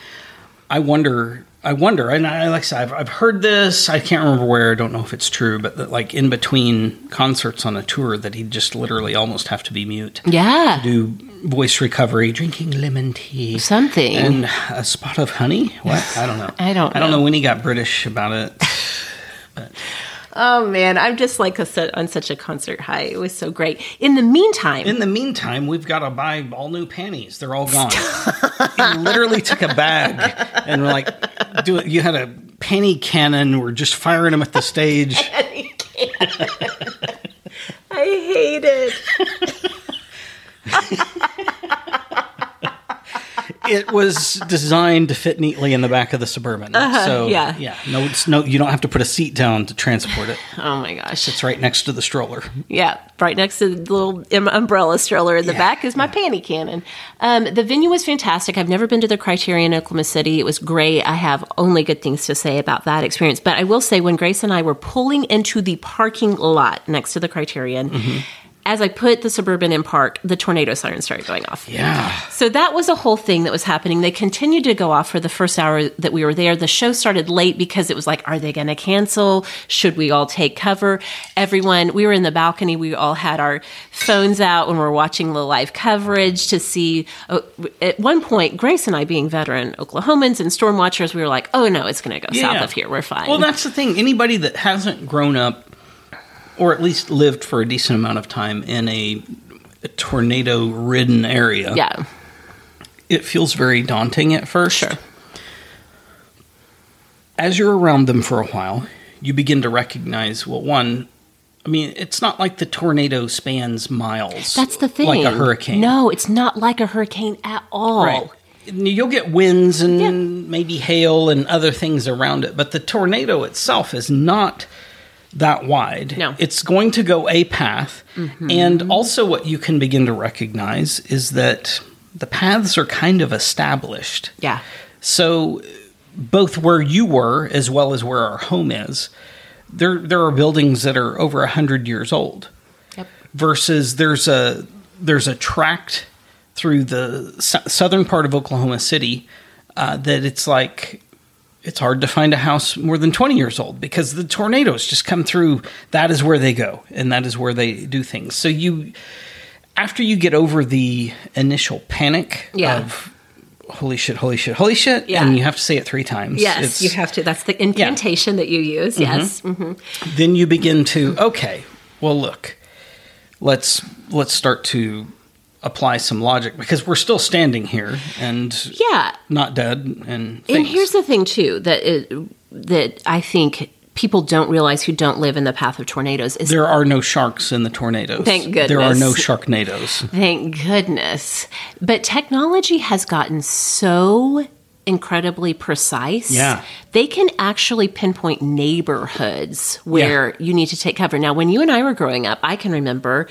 [SPEAKER 3] I wonder. I wonder, and I, like I said, I've, I've heard this. I can't remember where. I don't know if it's true, but that, like in between concerts on a tour, that he'd just literally almost have to be mute,
[SPEAKER 2] Yeah,
[SPEAKER 3] do voice recovery, drinking lemon tea,
[SPEAKER 2] something.
[SPEAKER 3] and a spot of honey? What? I don't know.
[SPEAKER 2] I don't
[SPEAKER 3] I don't
[SPEAKER 2] know.
[SPEAKER 3] know when he got British about it.
[SPEAKER 2] oh man, I'm just like a, set- on such a concert high. It was so great. In the meantime,
[SPEAKER 3] In the meantime, we've got to buy all new panties. They're all gone. he literally took a bag and we're like, do it. You had a panty cannon. We're just firing them at the stage.
[SPEAKER 2] I hate it.
[SPEAKER 3] It was designed to fit neatly in the back of the suburban. so
[SPEAKER 2] Uh-huh, yeah.
[SPEAKER 3] yeah, no, it's no. You don't have to put a seat down to transport it.
[SPEAKER 2] Oh my gosh.
[SPEAKER 3] It's right next to the stroller.
[SPEAKER 2] Yeah, right next to the little um, umbrella stroller in the back is my panty cannon. Um, the venue was fantastic. I've never been to the Criterion in Oklahoma City. It was great. I have only good things to say about that experience. But I will say, when Grace and I were pulling into the parking lot next to the Criterion, as I put the Suburban in park, the tornado siren started going off.
[SPEAKER 3] Yeah.
[SPEAKER 2] So that was a whole thing that was happening. They continued to go off for the first hour that we were there. The show started late because it was like, are they going to cancel? Should we all take cover? Everyone, we were in the balcony. We all had our phones out when we were watching the live coverage to see. oh, At one point, Grace and I, being veteran Oklahomans and storm watchers, we were like, oh no, it's going to go south
[SPEAKER 3] Yeah.
[SPEAKER 2] of here. We're fine.
[SPEAKER 3] Well, that's the thing. Anybody that hasn't grown up, or at least lived for a decent amount of time in a, a tornado-ridden area,
[SPEAKER 2] yeah.
[SPEAKER 3] it feels very daunting at first.
[SPEAKER 2] Sure.
[SPEAKER 3] As you're around them for a while, you begin to recognize. Well, one, I mean, it's not like the tornado spans miles.
[SPEAKER 2] That's the thing.
[SPEAKER 3] Like a hurricane.
[SPEAKER 2] No, it's not like a hurricane at all.
[SPEAKER 3] Right. You'll get winds and maybe hail and other things around it, but the tornado itself is not that wide.
[SPEAKER 2] No. Mm-hmm.
[SPEAKER 3] It's going to go a path. And also, what you can begin to recognize is that the paths are kind of established.
[SPEAKER 2] Yeah.
[SPEAKER 3] So, both where you were as well as where our home is, there there are buildings that are over hundred years old.
[SPEAKER 2] Yep.
[SPEAKER 3] Versus there's a there's a tract through the s- southern part of Oklahoma City uh, that it's like it's hard to find a house more than 20 years old because the tornadoes just come through that is where they go and that is where they do things so you after you get over the initial panic
[SPEAKER 2] Yeah.
[SPEAKER 3] of holy shit, holy shit, holy shit.
[SPEAKER 2] Yeah.
[SPEAKER 3] And you have to say it three times.
[SPEAKER 2] Yes,
[SPEAKER 3] It's- Mm-hmm.
[SPEAKER 2] you have to. That's the incantation that you use. Yes.
[SPEAKER 3] Then you begin to, okay, well look, let's let's start to apply some logic because we're still standing here and
[SPEAKER 2] Yeah.
[SPEAKER 3] not dead and
[SPEAKER 2] And
[SPEAKER 3] things.
[SPEAKER 2] here's the thing too that it, that I think people don't realize who don't live in the path of tornadoes is
[SPEAKER 3] there are no sharks in the tornadodos.
[SPEAKER 2] Thank
[SPEAKER 3] There are
[SPEAKER 2] goodness.
[SPEAKER 3] no sharknadoes.
[SPEAKER 2] Thank goodness. But technology has gotten so incredibly precise.
[SPEAKER 3] Yeah.
[SPEAKER 2] They can actually pinpoint neighborhoods where you need to take cover. Now, when you and I were growing up, I can remember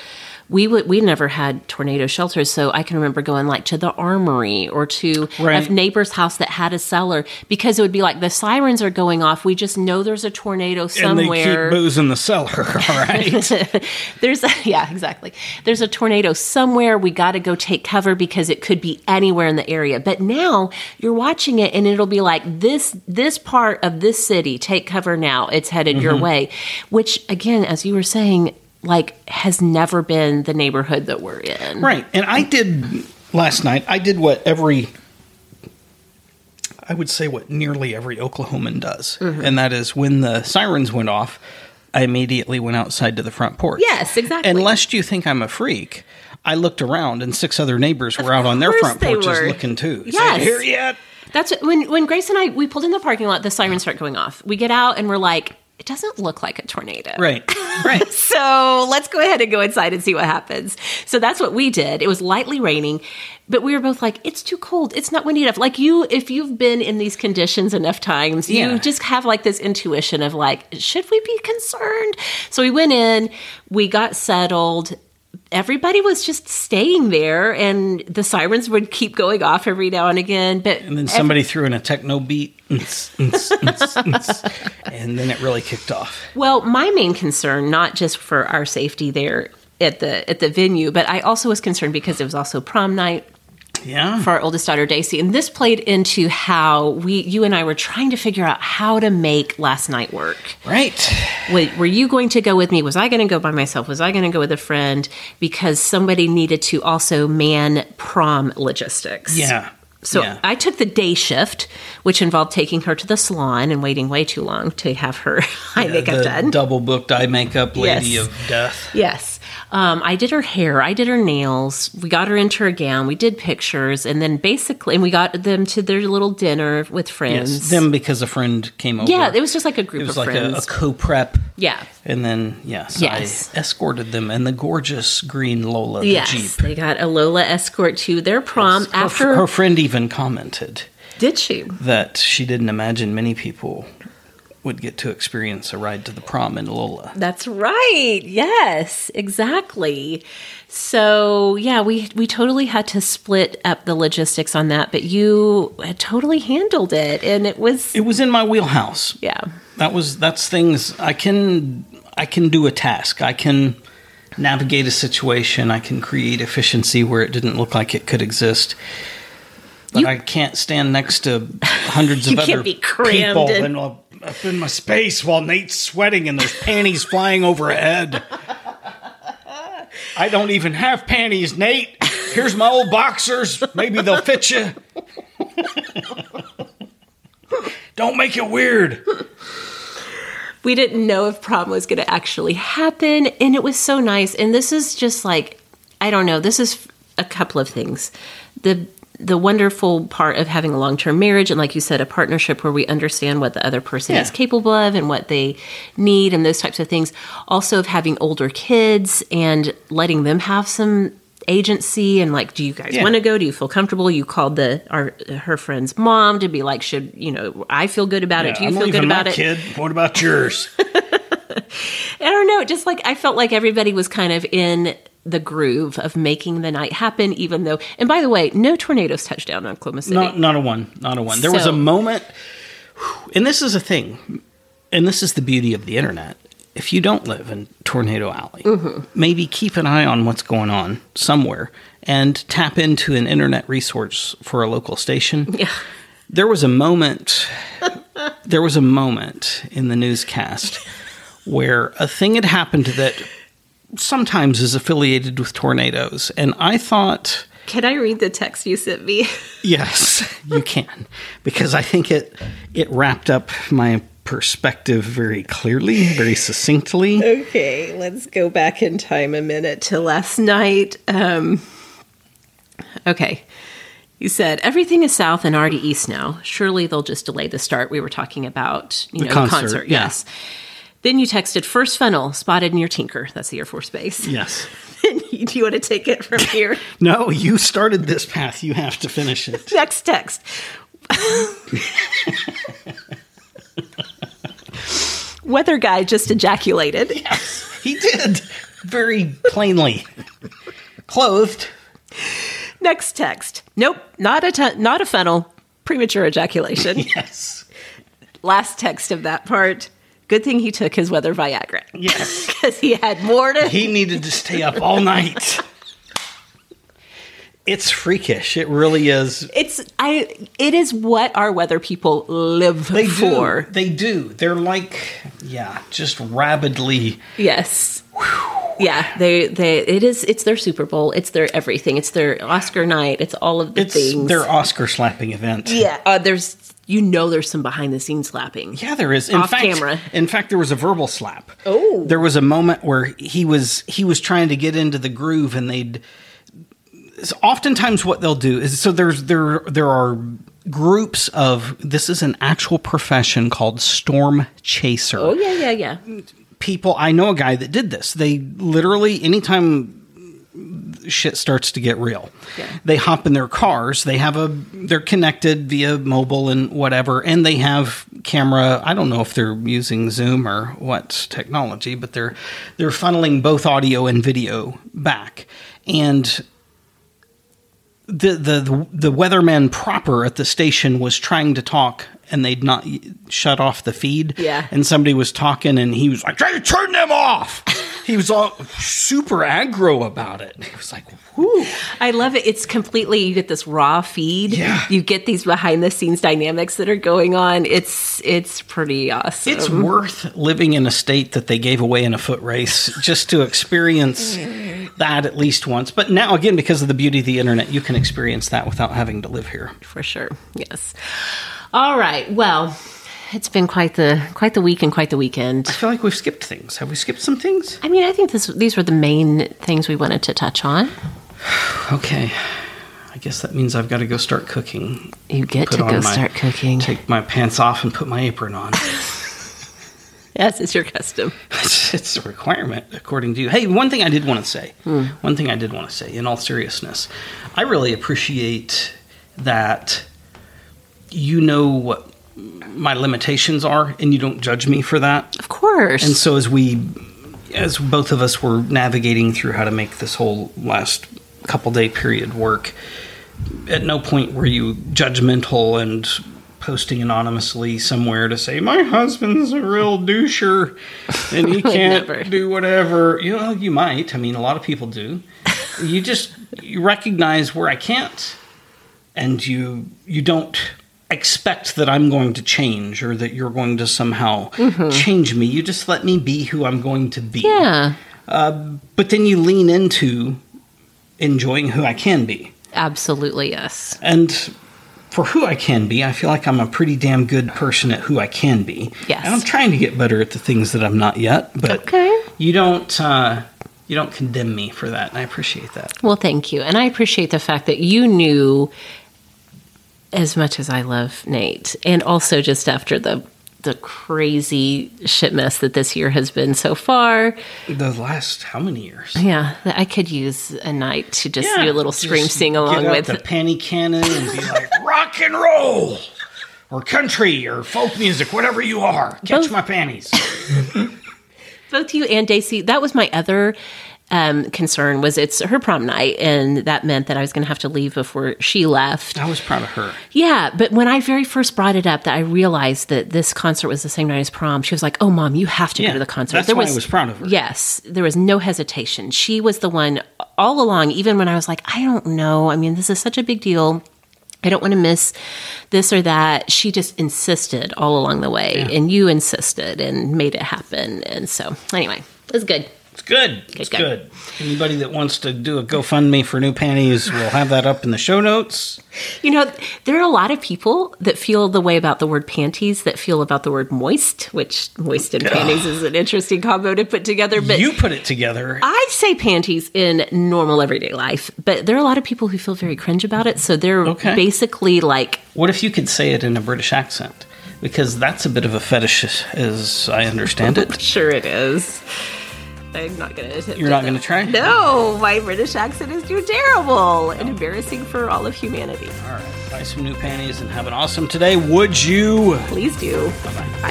[SPEAKER 2] we would we never had tornado shelters, so I can remember going like to the armory or to
[SPEAKER 3] Right.
[SPEAKER 2] a neighbor's house that had a cellar because it would be like the sirens are going off. We just know there's a tornado
[SPEAKER 3] And they keep
[SPEAKER 2] somewhere.
[SPEAKER 3] booze in the cellar, all right?
[SPEAKER 2] there's a, yeah, exactly. There's a tornado somewhere. We got to go take cover because it could be anywhere in the area. But now you're watching it and it'll be like this this part of this city take cover now. It's headed your way, which again as you were saying like has never been the neighborhood that we're in.
[SPEAKER 3] Right. And I did last night, I did what every, I would say what nearly every Oklahoman does.
[SPEAKER 2] Mm-hmm.
[SPEAKER 3] And that is when the sirens went off, I immediately went outside to the front porch.
[SPEAKER 2] Yes, exactly.
[SPEAKER 3] And lest you think I'm a freak, I looked around and six other neighbors were out on their
[SPEAKER 2] course
[SPEAKER 3] front
[SPEAKER 2] they
[SPEAKER 3] porches
[SPEAKER 2] were.
[SPEAKER 3] looking too. It's
[SPEAKER 2] Yes.
[SPEAKER 3] like, here yet.
[SPEAKER 2] That's what- when when Grace and I we pulled in the parking lot the sirens start going off. We get out and we're like it doesn't look like a tornado.
[SPEAKER 3] Right. Right.
[SPEAKER 2] So let's go ahead and go inside and see what happens. So that's what we did. It was lightly raining, but we were both like, it's too cold. It's not windy enough. Like you, if you've been in these conditions enough times,
[SPEAKER 3] Yeah.
[SPEAKER 2] you just have like this intuition of like, should we be concerned? So we went in, we got settled. Everybody was just staying there, and the sirens would keep going off every now and again. But
[SPEAKER 3] and then somebody threw in a techno beat. Ns, ns, ns, ns. and then it really kicked off.
[SPEAKER 2] Well, my main concern, not just for our safety there at the at the venue, but I also was concerned because it was also prom night
[SPEAKER 3] Yeah.
[SPEAKER 2] for our oldest daughter Daisy, and this played into how we, you and I, were trying to figure out how to make last night work.
[SPEAKER 3] Right.
[SPEAKER 2] Wait, were you going to go with me? Was I going to go by myself? Was I going to go with a friend? Because somebody needed to also man prom logistics.
[SPEAKER 3] Yeah.
[SPEAKER 2] So
[SPEAKER 3] yeah.
[SPEAKER 2] I took the day shift, which involved taking her to the salon and waiting way too long to have her eye makeup
[SPEAKER 3] the
[SPEAKER 2] done.
[SPEAKER 3] double booked eye makeup lady
[SPEAKER 2] Yes.
[SPEAKER 3] of death.
[SPEAKER 2] Yes. Um, I did her hair. I did her nails. We got her into her gown. We did pictures. And then basically, and we got them to their little dinner with friends.
[SPEAKER 3] Yes, them because a friend came over.
[SPEAKER 2] yeah, it was just like a
[SPEAKER 3] it
[SPEAKER 2] group
[SPEAKER 3] was
[SPEAKER 2] of
[SPEAKER 3] like a,
[SPEAKER 2] friends.
[SPEAKER 3] a co-prep.
[SPEAKER 2] yeah.
[SPEAKER 3] And then yes,
[SPEAKER 2] Yes.
[SPEAKER 3] I escorted them and the gorgeous green Lola the
[SPEAKER 2] Yes.
[SPEAKER 3] Jeep.
[SPEAKER 2] They got a Lola escort to their prom
[SPEAKER 3] Her,
[SPEAKER 2] after.
[SPEAKER 3] her friend even commented
[SPEAKER 2] did she?
[SPEAKER 3] that she didn't imagine many people would get to experience a ride to the prom in Lola.
[SPEAKER 2] That's right. Yes, exactly. So yeah, we we totally had to split up the logistics on that, but you had totally handled it, and it was
[SPEAKER 3] It was in my wheelhouse.
[SPEAKER 2] yeah.
[SPEAKER 3] That was that's things I can I can do a task. I can navigate a situation. I can create efficiency where it didn't look like it could exist. But
[SPEAKER 2] You-
[SPEAKER 3] I can't stand next to hundreds of
[SPEAKER 2] You can't
[SPEAKER 3] other
[SPEAKER 2] be crammed
[SPEAKER 3] people
[SPEAKER 2] in-
[SPEAKER 3] and uh, up in my space while Nate's sweating and there's panties flying overhead. I don't even have panties, Nate. Here's my old boxers. Maybe they'll fit you. don't make it weird.
[SPEAKER 2] we didn't know if prom was going to actually happen and it was so nice and this is just like i don't know this is a couple of things the the wonderful part of having a long-term marriage and like you said a partnership where we understand what the other person is
[SPEAKER 3] Yeah.
[SPEAKER 2] capable of and what they need and those types of things also of having older kids and letting them have some agency and like do you guys
[SPEAKER 3] Yeah.
[SPEAKER 2] want to go do you feel comfortable you called the our her friend's mom to be like should you know i feel good about it do you
[SPEAKER 3] I'm
[SPEAKER 2] feel good
[SPEAKER 3] leaving my
[SPEAKER 2] about it
[SPEAKER 3] Kid, what about yours?
[SPEAKER 2] I don't know. Just like I felt like everybody was kind of in the groove of making the night happen, even though. And by the way, no tornadoes touched down on Oklahoma City.
[SPEAKER 3] not not a one, not a one. There was
[SPEAKER 2] So-
[SPEAKER 3] a moment, and this is a thing, and this is the beauty of the internet. If you don't live in Tornado Alley,
[SPEAKER 2] Mm-hmm.
[SPEAKER 3] maybe keep an eye on what's going on somewhere and tap into an internet resource for a local station.
[SPEAKER 2] Yeah.
[SPEAKER 3] There was a moment there was a moment in the newscast where a thing had happened that sometimes is affiliated with tornadoes and I thought
[SPEAKER 2] Can I read the text you sent me?
[SPEAKER 3] Yes, you can, because I think it it wrapped up my perspective very clearly, very succinctly.
[SPEAKER 2] okay, let's go back in time a minute to last night. Um, okay. You said everything is south and already east now. Surely they'll just delay the start. We were talking about, you
[SPEAKER 3] The
[SPEAKER 2] know, the
[SPEAKER 3] concert,
[SPEAKER 2] concert
[SPEAKER 3] yeah.
[SPEAKER 2] yes. Then you texted first funnel spotted near Tinker. That's the Air Force Base.
[SPEAKER 3] Yes.
[SPEAKER 2] Do you want to take it from here?
[SPEAKER 3] No, you started this path. You have to finish it.
[SPEAKER 2] Next text. Weather guy just ejaculated.
[SPEAKER 3] He did very plainly. clothed.
[SPEAKER 2] Next text. Nope, not a tu- not a funnel. Premature ejaculation.
[SPEAKER 3] Yes.
[SPEAKER 2] Last text of that part. Good thing he took his weather Viagra
[SPEAKER 3] Yes.
[SPEAKER 2] because he had more to.
[SPEAKER 3] He needed to stay up all night. It's freakish. It really is.
[SPEAKER 2] It's I. It is what our weather people live
[SPEAKER 3] They
[SPEAKER 2] for.
[SPEAKER 3] do. They do. They're like, yeah, just rabidly.
[SPEAKER 2] Yes. Yeah, they they it is it's their Super Bowl, it's their everything, it's their Oscar night, it's all of the
[SPEAKER 3] It's
[SPEAKER 2] things.
[SPEAKER 3] their Oscar slapping event.
[SPEAKER 2] yeah, uh, there's you know there's some behind the scenes slapping.
[SPEAKER 3] Yeah, there is. In
[SPEAKER 2] Off
[SPEAKER 3] fact,
[SPEAKER 2] camera.
[SPEAKER 3] In fact, there was a verbal slap. Oh, there was a moment where he was he was trying to get into the groove, and they'd. so Oftentimes, what they'll do is so there's there there are groups of this is an actual profession called storm chaser.
[SPEAKER 2] Oh yeah, yeah, yeah.
[SPEAKER 3] People, I know a guy that did this. They literally anytime shit starts to get real. They hop in their cars. They have a they're connected via mobile and whatever, and they have camera. I don't know if they're using Zoom or what technology, but they're they're funneling both audio and video back. And the the the, the weatherman proper at the station was trying to talk. And they'd not y- shut off the feed.
[SPEAKER 2] Yeah.
[SPEAKER 3] And somebody was talking, and he was like, "Try to turn them off." he was all super aggro about it. He was like, "Whoo!"
[SPEAKER 2] I love it. It's completely you get this raw feed.
[SPEAKER 3] Yeah.
[SPEAKER 2] You get these behind the scenes dynamics that are going on. It's it's pretty awesome.
[SPEAKER 3] It's worth living in a state that they gave away in a foot race just to experience that at least once. But now, again, because of the beauty of the internet, you can experience that without having to live here.
[SPEAKER 2] for sure. Yes. All right. Well, it's been quite the quite the week and quite the weekend.
[SPEAKER 3] I feel like we've skipped things. Have we skipped some things?
[SPEAKER 2] I mean, I think this, these were the main things we wanted to touch on.
[SPEAKER 3] Okay. I guess that means I've got to go start cooking.
[SPEAKER 2] You get
[SPEAKER 3] Put
[SPEAKER 2] to
[SPEAKER 3] on
[SPEAKER 2] go
[SPEAKER 3] my-
[SPEAKER 2] start cooking.
[SPEAKER 3] Take my pants off and put my apron on.
[SPEAKER 2] Yes, it's your custom.
[SPEAKER 3] it's, it's a requirement according to you. Hey, one thing I did want to say.
[SPEAKER 2] Hmm.
[SPEAKER 3] One thing I did want to say in all seriousness. I really appreciate that you know what my limitations are and you don't judge me for that.
[SPEAKER 2] Of course.
[SPEAKER 3] And so as we as both of us were navigating through how to make this whole last couple day period work, at no point were you judgmental and posting anonymously somewhere to say my husband's a real doucher and he can't
[SPEAKER 2] never.
[SPEAKER 3] do whatever. You know, you might. I mean, a lot of people do. you just you recognize where I can't and you you don't expect that I'm going to change or that you're going to somehow change me. You just let me be who I'm going to be.
[SPEAKER 2] Mm-hmm. yeah,
[SPEAKER 3] But then you lean into enjoying who I can be.
[SPEAKER 2] absolutely. Yes.
[SPEAKER 3] And for who I can be, I feel like I'm a pretty damn good person at who I can be.
[SPEAKER 2] Yes.
[SPEAKER 3] And I'm trying to get better at the things that I'm not yet, but
[SPEAKER 2] Okay.
[SPEAKER 3] you don't uh you don't condemn me for that, and I appreciate that.
[SPEAKER 2] Well, thank you. And I appreciate the fact that you knew as much as I love Nate. And also just after the the crazy shit mess that this year has been so far.
[SPEAKER 3] The last how many years?
[SPEAKER 2] Yeah, that I could use a night to just do a little
[SPEAKER 3] just
[SPEAKER 2] scream sing along
[SPEAKER 3] get out
[SPEAKER 2] with.
[SPEAKER 3] the panty cannon and be like rock and roll or country or folk music, whatever you are. Catch
[SPEAKER 2] Both.
[SPEAKER 3] my panties.
[SPEAKER 2] both you and Daisy, that was my other um, concern was it's her prom night, and that meant that I was going to have to leave before she left.
[SPEAKER 3] I was proud of her.
[SPEAKER 2] Yeah, but when I very first brought it up, that I realized that this concert was the same night as prom. She was like, "Oh, mom, you have to
[SPEAKER 3] Yeah,
[SPEAKER 2] go to the concert."
[SPEAKER 3] that's why I was proud of her.
[SPEAKER 2] Yes, there was no hesitation. She was the one all along, even when I was like, "I don't know." I mean, this is such a big deal. I don't want to miss this or that. She just insisted all along the way, and you insisted and made it happen. And so, anyway, it was good.
[SPEAKER 3] It's good. It's
[SPEAKER 2] good.
[SPEAKER 3] good. Anybody that wants to do a GoFundMe for new panties, we'll have that up in the show notes.
[SPEAKER 2] You know, there are a lot of people that feel the way about the word panties that feel about the word moist, which moist and panties is an interesting combo to put together. But
[SPEAKER 3] you put it together.
[SPEAKER 2] I say panties in normal everyday life, but there are a lot of people who feel very cringe about it. So they're
[SPEAKER 3] Okay.
[SPEAKER 2] basically like,
[SPEAKER 3] what if you could say it in a British accent? Because that's a bit of a fetish, as I understand it.
[SPEAKER 2] sure it is. I'm not going to.
[SPEAKER 3] You're not going to try?
[SPEAKER 2] No, my British accent is too terrible and embarrassing for all of humanity.
[SPEAKER 3] All right. Buy some new panties and have an awesome today. Would you?
[SPEAKER 2] Please do. Bye.